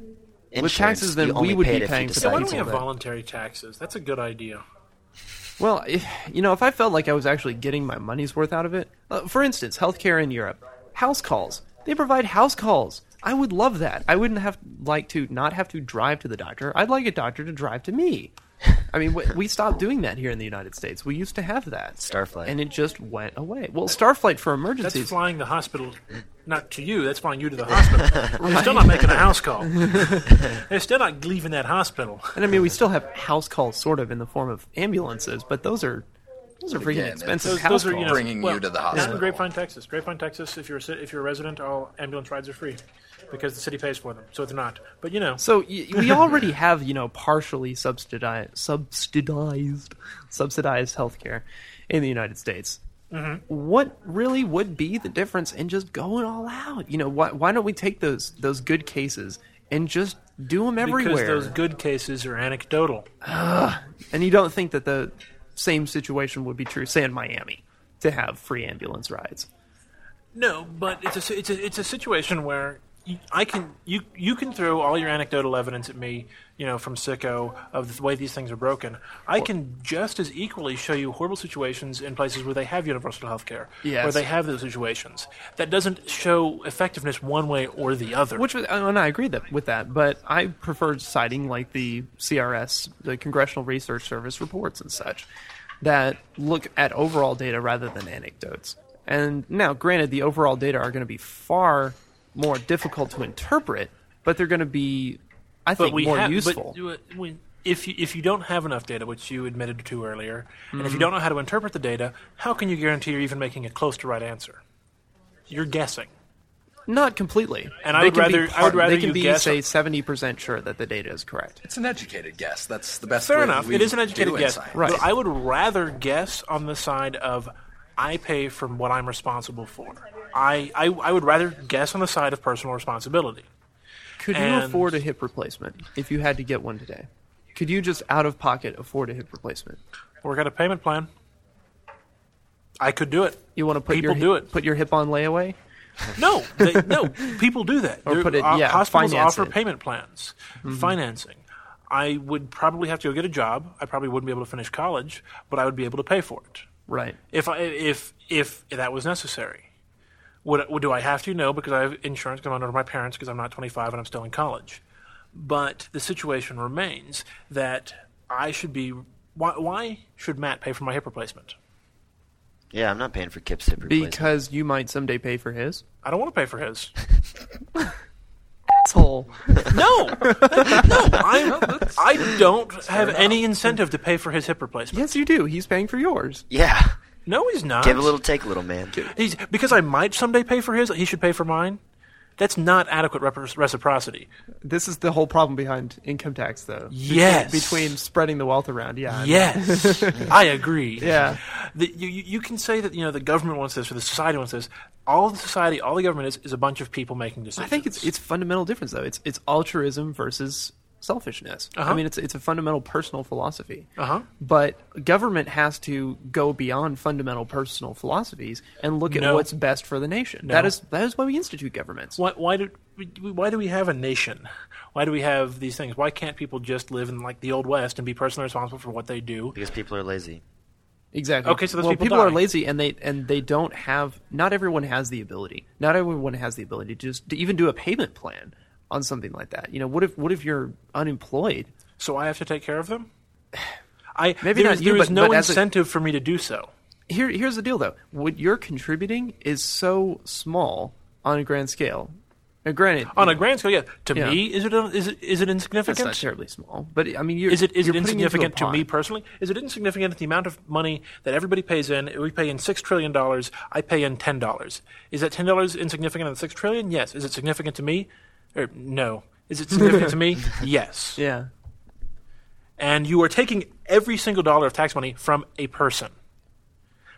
insurance,
taxes, then
you only
we would
pay
be
it if you
paying for
Yeah, why
decide
that.
don't we
to.
have
that.
voluntary taxes? That's a good idea.
Well, if, you know, if I felt like I was actually getting my money's worth out of it, uh, for instance, healthcare in Europe, house calls. They provide house calls. I would love that. I wouldn't have like to not have to drive to the doctor. I'd like a doctor to drive to me. I mean, we, we stopped doing that here in the United States. We used to have that
Starflight.
and it just went away. Well, Starflight for
That's
emergencies.
flying the hospital, not to you. That's flying you to the hospital. They're still not making a house call. They're still not leaving that hospital.
And I mean, we still have house calls, sort of, in the form of ambulances, but those are those are freaking
Again,
expensive.
it's-
Those,
house
those are you know
calls.
Bringing you to the
Not
hospital.
in Grapevine, Texas. Grapevine, Texas. If you're a, ci- if you're a resident, all ambulance rides are free. because the city pays for them, so they're not. But you know,
So y- we
<laughs>
already have, you know, partially subsidized, subsidized, subsidized healthcare in the United States.
Mm-hmm.
What really would be the difference in just going all out? You know, why why don't we take those those good cases and just do them
because
everywhere?
those good cases are anecdotal.
And you don't think that the same situation would be true, say in Miami, to have free ambulance rides?
No, but it's a si- it's a, it's a situation where you, I can you you can throw all your anecdotal evidence at me, you know, from sicko of the way these things are broken. I can just as equally show you horrible situations in places where they have universal health care, where
Yes.
they have those situations. That doesn't show effectiveness one way or the other.
Which was, and I agree that with that, but I prefer citing like the CRS, the Congressional Research Service reports and such, that look at overall data rather than anecdotes. And now, granted, the overall data are going to be far more difficult to interpret, but they're going to be, I think, more
ha-
useful.
But, uh, we- if you, if you don't have enough data, which you admitted to earlier, and if
Mm-hmm.
you don't know how to interpret the data, how can you guarantee you're even making a close to right answer? You're guessing.
Not completely.
And I
They
would
can be
rather- I would
part-
rather
they can
you
be
guess-
say seventy percent sure that the data is correct.
It's an educated guess. That's the best.
Fair
way
enough.
we
It is an
do
educated
in
guess.
science.
Right.
But I would rather guess on the side of I pay from what I'm responsible for. I, I, I would rather guess on the side of personal responsibility.
Could
And-
you afford a hip replacement if you had to get one today? Could you just out of pocket afford a hip replacement?
Work out a payment plan. I could do it.
You want to put
People
your
do it.
put your hip on layaway?
No, they, no, people do
<laughs>
that. Or
put it- yeah, Mm-hmm.
hospitals
finance
offer
it.
payment plans, financing. I would probably have to go get a job. I probably wouldn't be able to finish college, but I would be able to pay for it
Right.
if I, if if that was necessary. Would, would do I have to? No, because I have insurance going under my parents because I'm not 25 and I'm still in college. But the situation remains that I should be. Why, why should Matt pay for my hip replacement?
Yeah, I'm not paying for Kip's hip replacement.
Because you might someday pay for his.
I don't want to pay for his.
Asshole.
No, no, I, I don't have any incentive to pay for his hip replacement.
yes, you do. He's paying for yours.
yeah, <laughs>
No, he's not.
give a little, take a little, man.
He's because I might someday pay for his. He should pay for mine. That's not adequate repro- reciprocity.
This is the whole problem behind income tax, though.
Yes.
Between spreading the wealth around, yeah. I know. <laughs>
Yes, I agree.
Yeah.
The, you, you you can say that you know the government wants this or the society wants this. All the society, all the government is, is a bunch of people making decisions.
I think it's it's fundamental difference though. It's it's altruism versus selfishness.
Uh-huh.
I mean, it's it's a fundamental personal philosophy.
Uh-huh.
But government has to go beyond fundamental personal philosophies and look at
No.
what's best for the nation. That is that is why we institute governments.
why, why do we- why do we have a nation? Why do we have these things? Why can't people just live in like the old west and be personally responsible for what they do?
Because people are lazy.
Exactly.
Okay, so those
well,
people
are
die.
lazy and they and they don't have. Not everyone has the ability. Not everyone has the ability to just to even do a payment plan on something like that. You know, what if what if you're unemployed?
so I have to take care of them. <sighs> I
Maybe
there
not
is-
you,
there is
but-
no
but as a-
incentive for me to do so.
Here, here's the deal though. What you're contributing is so small on a grand scale. Now, granted,
On a grand scale, yeah. To
Yeah.
me, is it is it, is it
that's not
insignificant?
terribly small, but I mean, you're,
Is it is
you're
it
putting
insignificant
into
to
a
me
pie.
personally? Is it insignificant at the amount of money that everybody pays in? We pay in six trillion dollars. I pay in ten dollars. Is that ten dollars insignificant on six trillion? Yes. Is it significant to me? Or no. Is it significant to me? Yes.
<laughs> Yeah.
And you are taking every single dollar of tax money from a person,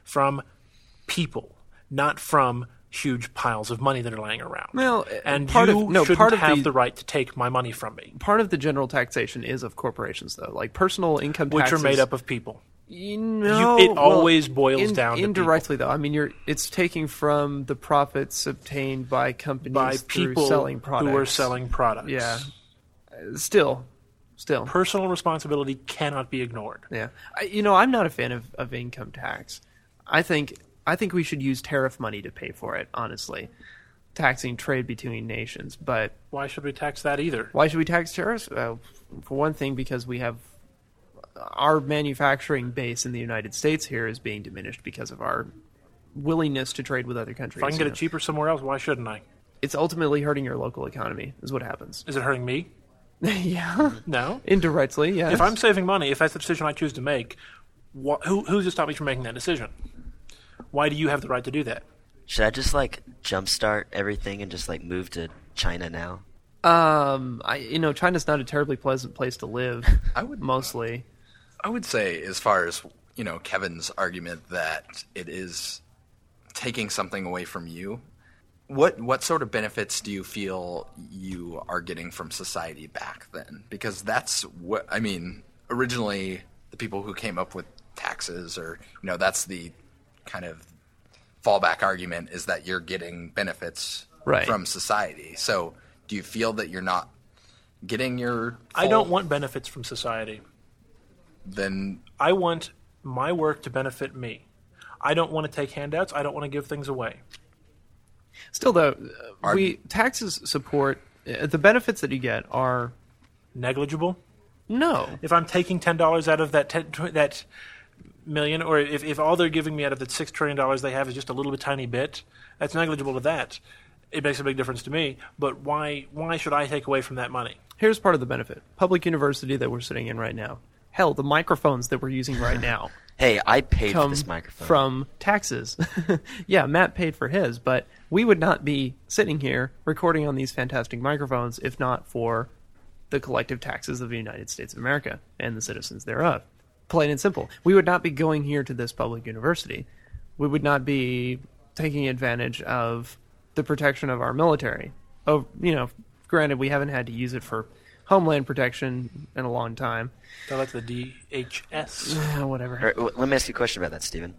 from people, not from huge piles of money that are lying around.
Well, uh,
and
part of-
you
no,
shouldn't
part of
have
the-
the right to take my money from me,
Part of the general taxation is of corporations, though, like personal income
which
taxes,
are made up of people.
You know,
it always boils
in-
down to
indirectly, though. I mean, you're it's taking from the profits obtained by companies
by
through
people
selling products.
who are selling products.
Yeah. Still, still.
Personal responsibility cannot be ignored.
yeah. I, you know, I'm not a fan of, of income tax. I think I think we should use tariff money to pay for it. Honestly, taxing trade between nations, but
Why should we tax that either?
why should we tax tariffs? Uh, for one thing, because we have our manufacturing base in the United States here is being diminished because of our willingness to trade with other countries.
If I can
you
get it
know.
cheaper somewhere else, why shouldn't I?
It's ultimately hurting your local economy, is
<laughs>
what happens.
Is it hurting me?
yeah,
No.
indirectly, yes.
If I'm saving money, if that's the decision I choose to make, wh- who, who's to stop me from making that decision? Why do you have the right to do that?
Should I just like jumpstart everything and just like move to China now?
Um, I you know China's not a terribly pleasant place to live.
<laughs>
I would-
mostly.
I would say, as far as you know, Kevin's argument that it is taking something away from you. What what sort of benefits do you feel you are getting from society back then? Because that's what I mean. Originally, the people who came up with taxes, or you know, that's the kind of fallback argument is that you're getting benefits
Right.
from society. So, do you feel that you're not getting your?
I don't
full-
want benefits from society.
then
I want my work to benefit me. I don't want to take handouts. I don't want to give things away.
Still though, uh, we taxes support uh, the benefits that you get are
Negligible.
no.
If I'm taking ten dollars out of that ten, tw- that million, or if, if all they're giving me out of the six trillion dollars they have is just a little bit tiny bit, that's negligible to that. It makes a big difference to me. But why why should I take away from that money?
Here's part of the benefit: public university that we're sitting in right now. Hell, the microphones that we're using right now.
Hey, I paid for
come
this microphone.
from taxes. <laughs> yeah, Matt paid for his, but we would not be sitting here recording on these fantastic microphones if not for the collective taxes of the United States of America and the citizens thereof. Plain and simple. We would not be going here to this public university. We would not be taking advantage of the protection of our military. Oh, you know, granted, we haven't had to use it for homeland protection in a long time. <sighs>
So that's the DHS.
Ah, whatever.
Or, w- let me ask you a question about that, Stephen.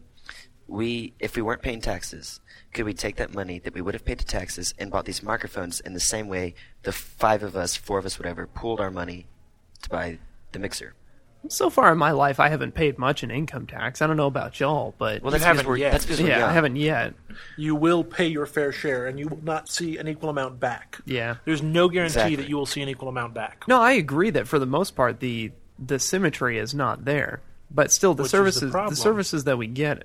We, if we weren't paying taxes, could we take that money that we would have paid to taxes and bought these microphones in the same way the five of us, four of us, whatever, pooled our money to buy the mixer?
So far in my life, I haven't paid much in income tax. I don't know about y'all, but
Well, that's
haven't
because we're
yet.
that's because we're
yeah,
young.
I haven't yet.
You will pay your fair share, and you will not see an equal amount back.
Yeah.
There's no guarantee
Exactly.
that you will see an equal amount back.
No, I agree that for the most part, the the symmetry is not there. But still, the
Which is the
services the,
problem.
services that we get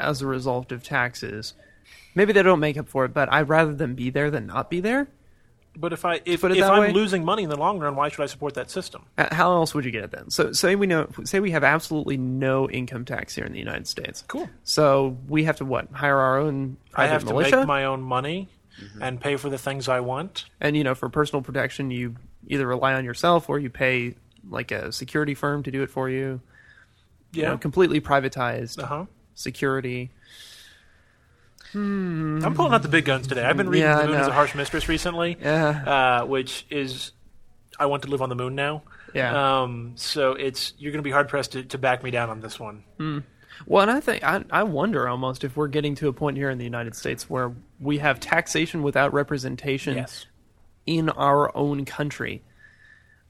as a result of taxes, maybe they don't make up for it. But I'd rather them be there than not be there.
But if I if,
Put it
if
that
I'm
way?
losing money in the long run, why should I support that system?
Uh, How else would you get it then? So say we know say we have absolutely no income tax here in the United States.
Cool.
So we have to what hire our own
I
private
have to
militia?
make my own money and pay for the things I want.
and you know for personal protection you either rely on yourself or you pay like a security firm to do it for you you
Yeah.
know, completely privatized
uh huh.
security
I'm pulling out the big guns today. I've been reading
Yeah, I
The Moon
know.
is a Harsh Mistress recently,
<laughs> Yeah.
uh, which is I want to live on the moon now.
Yeah.
Um, so it's you're going to be hard pressed to, to back me down on this one.
well and i think I, I wonder almost if we're getting to a point here in the united states where we have taxation without representation in our own country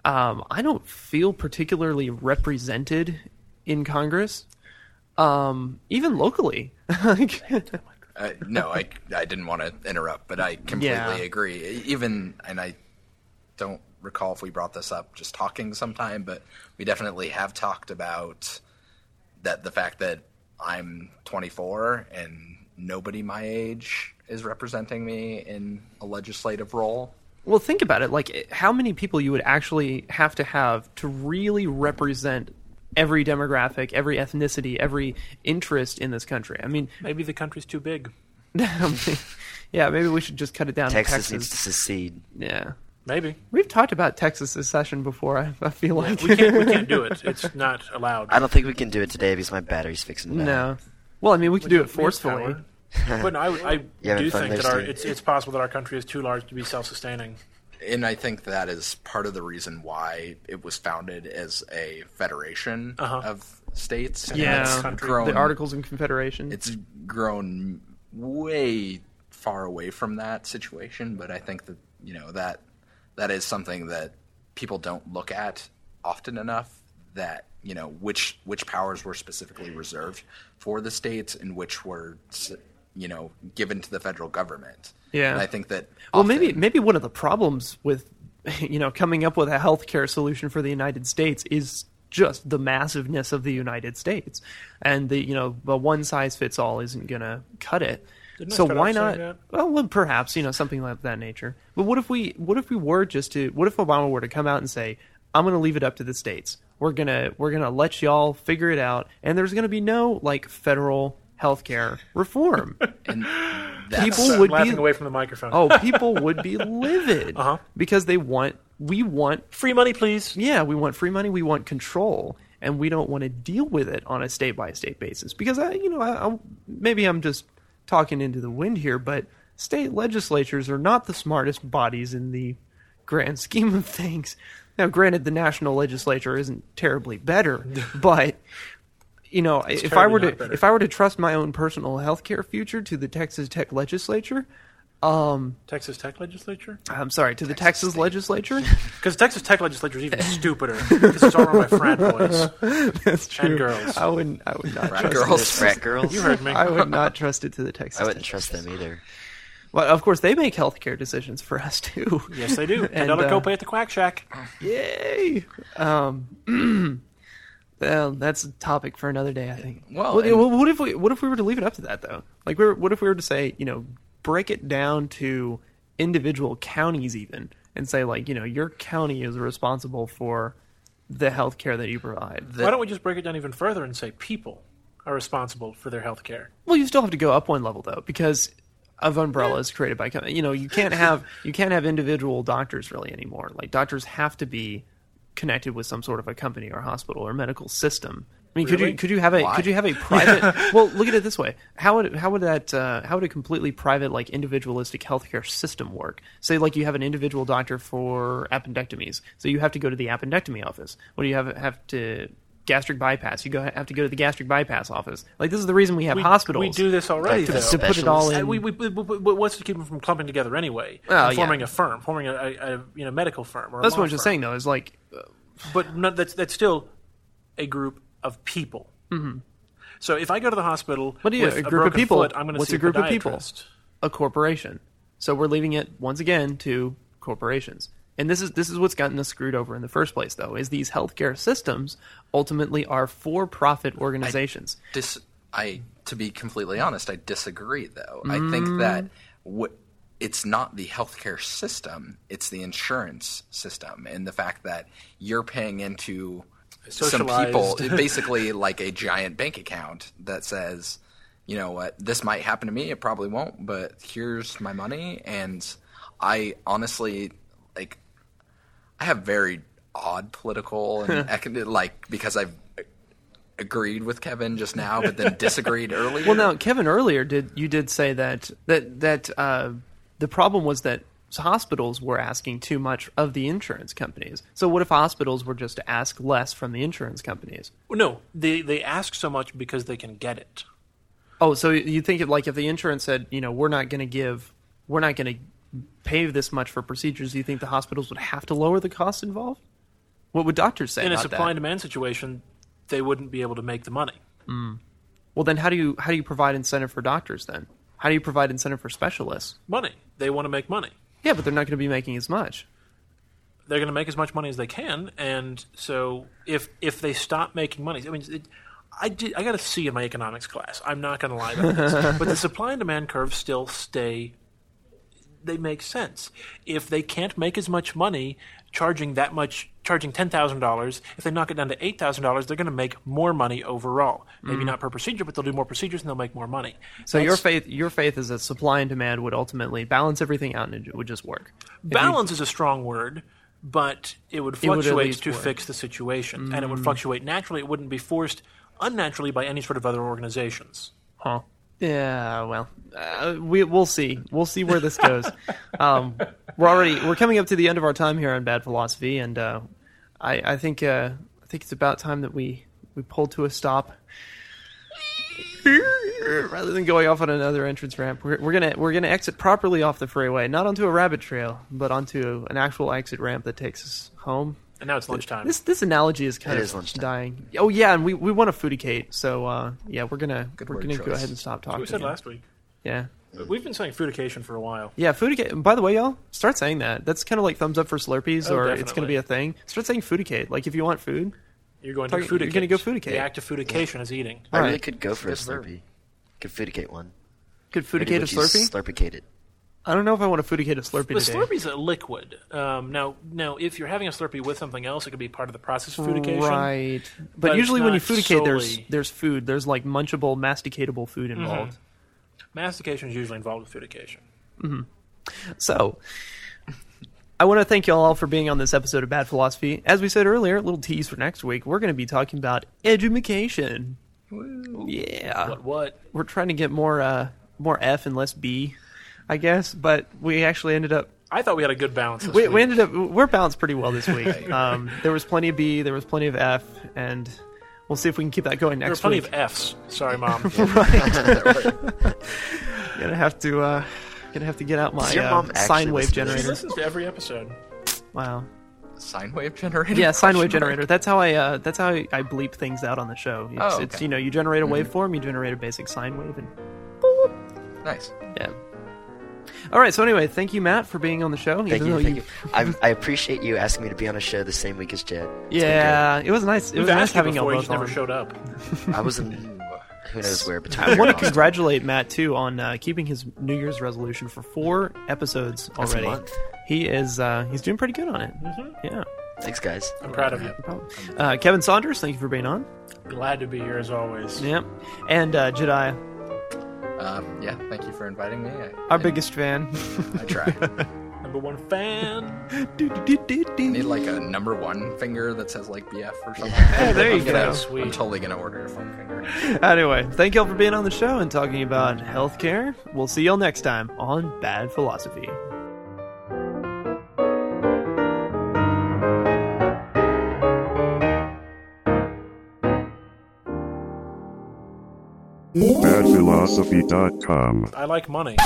um, i don't feel particularly represented in congress um, even locally <laughs> Like-
Uh, no, I, I didn't want to interrupt, but I completely
Yeah.
agree. E, Even, and I don't recall if we brought this up just talking sometime, but we definitely have talked about that the fact that I'm 24 and nobody my age is representing me in a legislative role.
Well, think about it. Like, how many people you would actually have to have to really represent every demographic, every ethnicity, every interest in this country? I mean, <laughs>
Maybe the country's too big.
yeah, maybe we should just cut it down to
Texas,
Texas.
needs to secede.
Yeah.
Maybe
We've talked about Texas secession before, <laughs> I, I feel like.
we can't we can't do it. It's not allowed.
I don't think we can do it today because my battery's fixing to
<laughs>
die.
no. Well, I mean, we could do it
We have power.
forcefully.
but no, I, I
You having
do
fun
think
there,
that our
Steve?
it's it's possible that our country is too large to be self-sustaining.
And I think that is part of the reason why it was founded as a federation of states. and
Yeah.
it's
Country.
grown-
The Articles of Confederation.
it's grown way far away from that situation but i think that you know that that is something that people don't look at often enough that you know which which powers were specifically reserved for the states and which were s- you know given to the federal government
Yeah.
and i think that
Well, maybe
often-
maybe one of the problems with <laughs> you know coming up with a healthcare solution for the United States is just the massiveness of the United States, and the you know the one size fits all isn't going to cut it.
I
so
start
why
off saying
not?
that?
Well, well, perhaps you know something like that nature. But what if we what if we were just to what if Obama were to come out and say I'm going to leave it up to the states. We're gonna we're gonna let y'all figure
<laughs>
it out, and there's going to be no like federal healthcare reform.
and
people
So,
would
laughing
be
away from the microphone.
oh people
<laughs>
would be livid
Uh-huh.
because they want we want
free money, please.
yeah, we want free money, we want control, and we don't want to deal with it on a state by state basis. Because I, you know, I, I, maybe I'm just talking into the wind here, but state legislatures are not the smartest bodies in the grand <laughs> scheme of things. Now, granted, the national legislature isn't
<laughs>
terribly better, but you know, if I
terribly
were to
not better.
if I were to trust my own personal healthcare future to the Texas Tech legislature,
Texas Tech legislature?
I'm sorry, to the Texas legislature,
Because Texas Tech legislature is even stupider because it's all run by frat boys.
<laughs> that's true.
girls.
I wouldn't, I would not trust
<laughs> girls.
Those
<laughs>
frat girls.
You <laughs> heard me.
I would not trust it to the Texas.
I wouldn't
Tech.
trust them either.
Well, of course, they make healthcare decisions for us too.
Yes, they
<laughs>
do.
And,
Ten dollar
uh,
copay at the Quack Shack.
<laughs> Yay! Um, <clears throat> well, that's a topic for another day, I think.
Well,
what,
and-
what- what if we what if we were to leave it up to that though? Like, we're, what if we were to say, you know, break it down to individual counties, even, and say, like, you know, your county is responsible for the healthcare that you provide.
Why don't we just break it down even further and say people are responsible for their health care?
Well, you still have to go up one level though, because of umbrellas created by com- you know you can't have you can't have individual doctors really anymore. Like doctors have to be connected with some sort of a company or hospital or medical system. I mean, could you could you have a
Why?
could you have a private? well, look at it this way: how would how would that uh, how would a completely private like individualistic healthcare system work? Say like you have an individual doctor for appendectomies, so you have to go to the appendectomy office. What do you have have to gastric bypass? You go have to go to the gastric bypass office. Like this is the reason we have
We,
hospitals.
We do this already,
Like the
though.
to put it all
Uh,
in.
we, we, we, we- we- what's to keep them from clumping together anyway?
Oh,
And forming
yeah.
a firm, forming a, a, a you know medical firm. Or a
That's
law
what I'm just
firm.
saying though. Is like
But no, that's that's still a group of people. Mm-hmm. So if I go to the hospital,
What do you-
with
a group of
broken
people?
Foot, I'm going to
What's
see
a group of people?
podiatrist.
a corporation. So we're leaving it once again to corporations. And this is this is what's gotten us screwed over in the first place though. Is these healthcare systems ultimately are for-profit organizations.
dis- I to be completely honest, I disagree though. I think that what it's not the healthcare system, it's the insurance system and the fact that you're paying into some people
Socialized.
basically like a giant bank account that says, you know what, this might happen to me, it probably won't, but here's my money and I honestly like I have very odd
<laughs>
political and econ- like because I've agreed with Kevin just now, but
<laughs>
then disagreed earlier.
Well, now Kevin earlier did you did say that that that uh, the problem was that hospitals were asking too much of the insurance companies. So what if hospitals were just to ask less from the insurance companies?
No, they they ask so much because they can get it.
Oh, so you think it like if the insurance said, you know, we're not going to give, we're not going to pay this much for procedures, do you think the hospitals would have to lower the costs involved? What would doctors say
In a
about
supply and
that?
demand situation, they wouldn't be able to make the money.
Well, then how do you how do you provide incentive for doctors then? How do you provide incentive for specialists?
Money. They want to make money.
Yeah, but they're not going to be making as much.
they're going to make as much money as they can, and so if if they stop making money, I mean, it, I did, I got a C in my economics class. I'm not going to lie about this, but the supply and demand curves still stay. They make sense. If they can't make as much money charging that much, charging ten thousand dollars, if they knock it down to eight thousand dollars, they're going to make more money overall. Maybe not per procedure, but they'll do more procedures and they'll make more money.
So your
That's-
faith your faith is that supply and demand would ultimately balance everything out and it would just work. If you-
balance is a strong word, but it would
would at
fluctuate
least
to
work. Mm.
fix the situation, and it would fluctuate naturally. It wouldn't be forced unnaturally by any sort of other organizations.
Huh. Yeah, well, uh, we we'll see. We'll see where this goes. um, we're already we're coming up to the end of our time here on Bad Philosophy, and uh, I I think uh, I think it's about time that we we pull to a stop. <laughs> Rather than going off on another entrance ramp, we're, we're gonna we're gonna exit properly off the freeway, not onto a rabbit trail, but onto an actual exit ramp that takes us home.
And now it's lunchtime.
This this analogy is kind
It
of
is lunchtime.
dying. Oh yeah, and we, we want to foodicate, so uh, yeah, we're gonna
Good
we're
word
gonna go
choice.
ahead and stop talking.
we said
now.
last week.
Yeah,
But We've been saying foodication for a while.
yeah. Foodicate. By the way, y'all start saying that. That's kind of like thumbs up for Slurpees,
Oh,
or it's
definitely.
gonna be a thing. Start saying foodicate. Like if you want food,
You're going to
Talking-
foodicate.
you're gonna go foodicate.
The act of foodication is eating.
I really
Alright.
could go for a
Good verb.
Slurpee. Could foodicate one.
could
Maybe
foodicate a
would you
Slurpee?
Slurpicate it.
I don't know if I want to foodicate a Slurpee
The
today.
Slurpee's a liquid. Um, now, now, if you're having a Slurpee with something else, it could be part of the process of foodication.
Right, but,
But
usually when you
it's not
foodicate, there's
solely-
there's food. There's like munchable, masticatable food involved.
Mastication is usually involved with foodication.
So, I want to thank you all for being on this episode of Bad Philosophy. As we said earlier, a little tease for next week, we're going to be talking about edumacation. Yeah.
But what?
We're trying to get more uh, more F and less B, I guess, but we actually ended up
I thought we had a good balance. This
we,
week.
we ended up we're balanced pretty well this week. Um, there was plenty of B, there was plenty of F, and we'll see if we can keep that going
there were
next
plenty
week.
of Fs. Sorry,
<laughs>
mom.
gonna have to uh, gonna have to get out my
your
uh,
mom actually
sine wave
listen to this?
she
generator.
listens to every episode.
Wow.
Sine wave generator? <laughs>
Yeah, sine wave
Question mark.
generator. That's how I. Uh, that's how I, I bleep things out on the show. It's,
Oh,
it's
okay.
you know you generate a waveform, you generate a basic sine wave, and
Nice.
yeah. All right. So anyway, thank you, Matt, for being on the show.
Thank
even though
you, thank you. I, I appreciate you asking me to be on a show the same week as Jed. It's been
Yeah, it was nice. It was
We've
nice
asked you
having
before,
you
you
both
just never
on.
showed up.
good. I was in who knows where between.
I want
here
to
and
congratulate Matt too on uh, keeping his New Year's resolution for four episodes
That's a
already.
month.
He is uh, he's doing pretty good on it. Yeah.
Austin. Thanks, guys.
I'm proud of you.
no problem. Uh, Kevin Saunders, thank you for being on.
Glad to be here as always.
Yeah, and uh, Jedi,
Um, yeah, thank you for inviting me. I,
our biggest fan. <laughs>
I try.
Number one fan.
I need
hey,
like a number one finger that says like BF or something.
there you
I'm, gonna,
go.
Sweet.
I'm totally gonna order a phone finger.
Anyway, thank y'all for being on the show and talking about healthcare. We'll see y'all next time on Bad Philosophy.
badphilosophy.com.
I like money.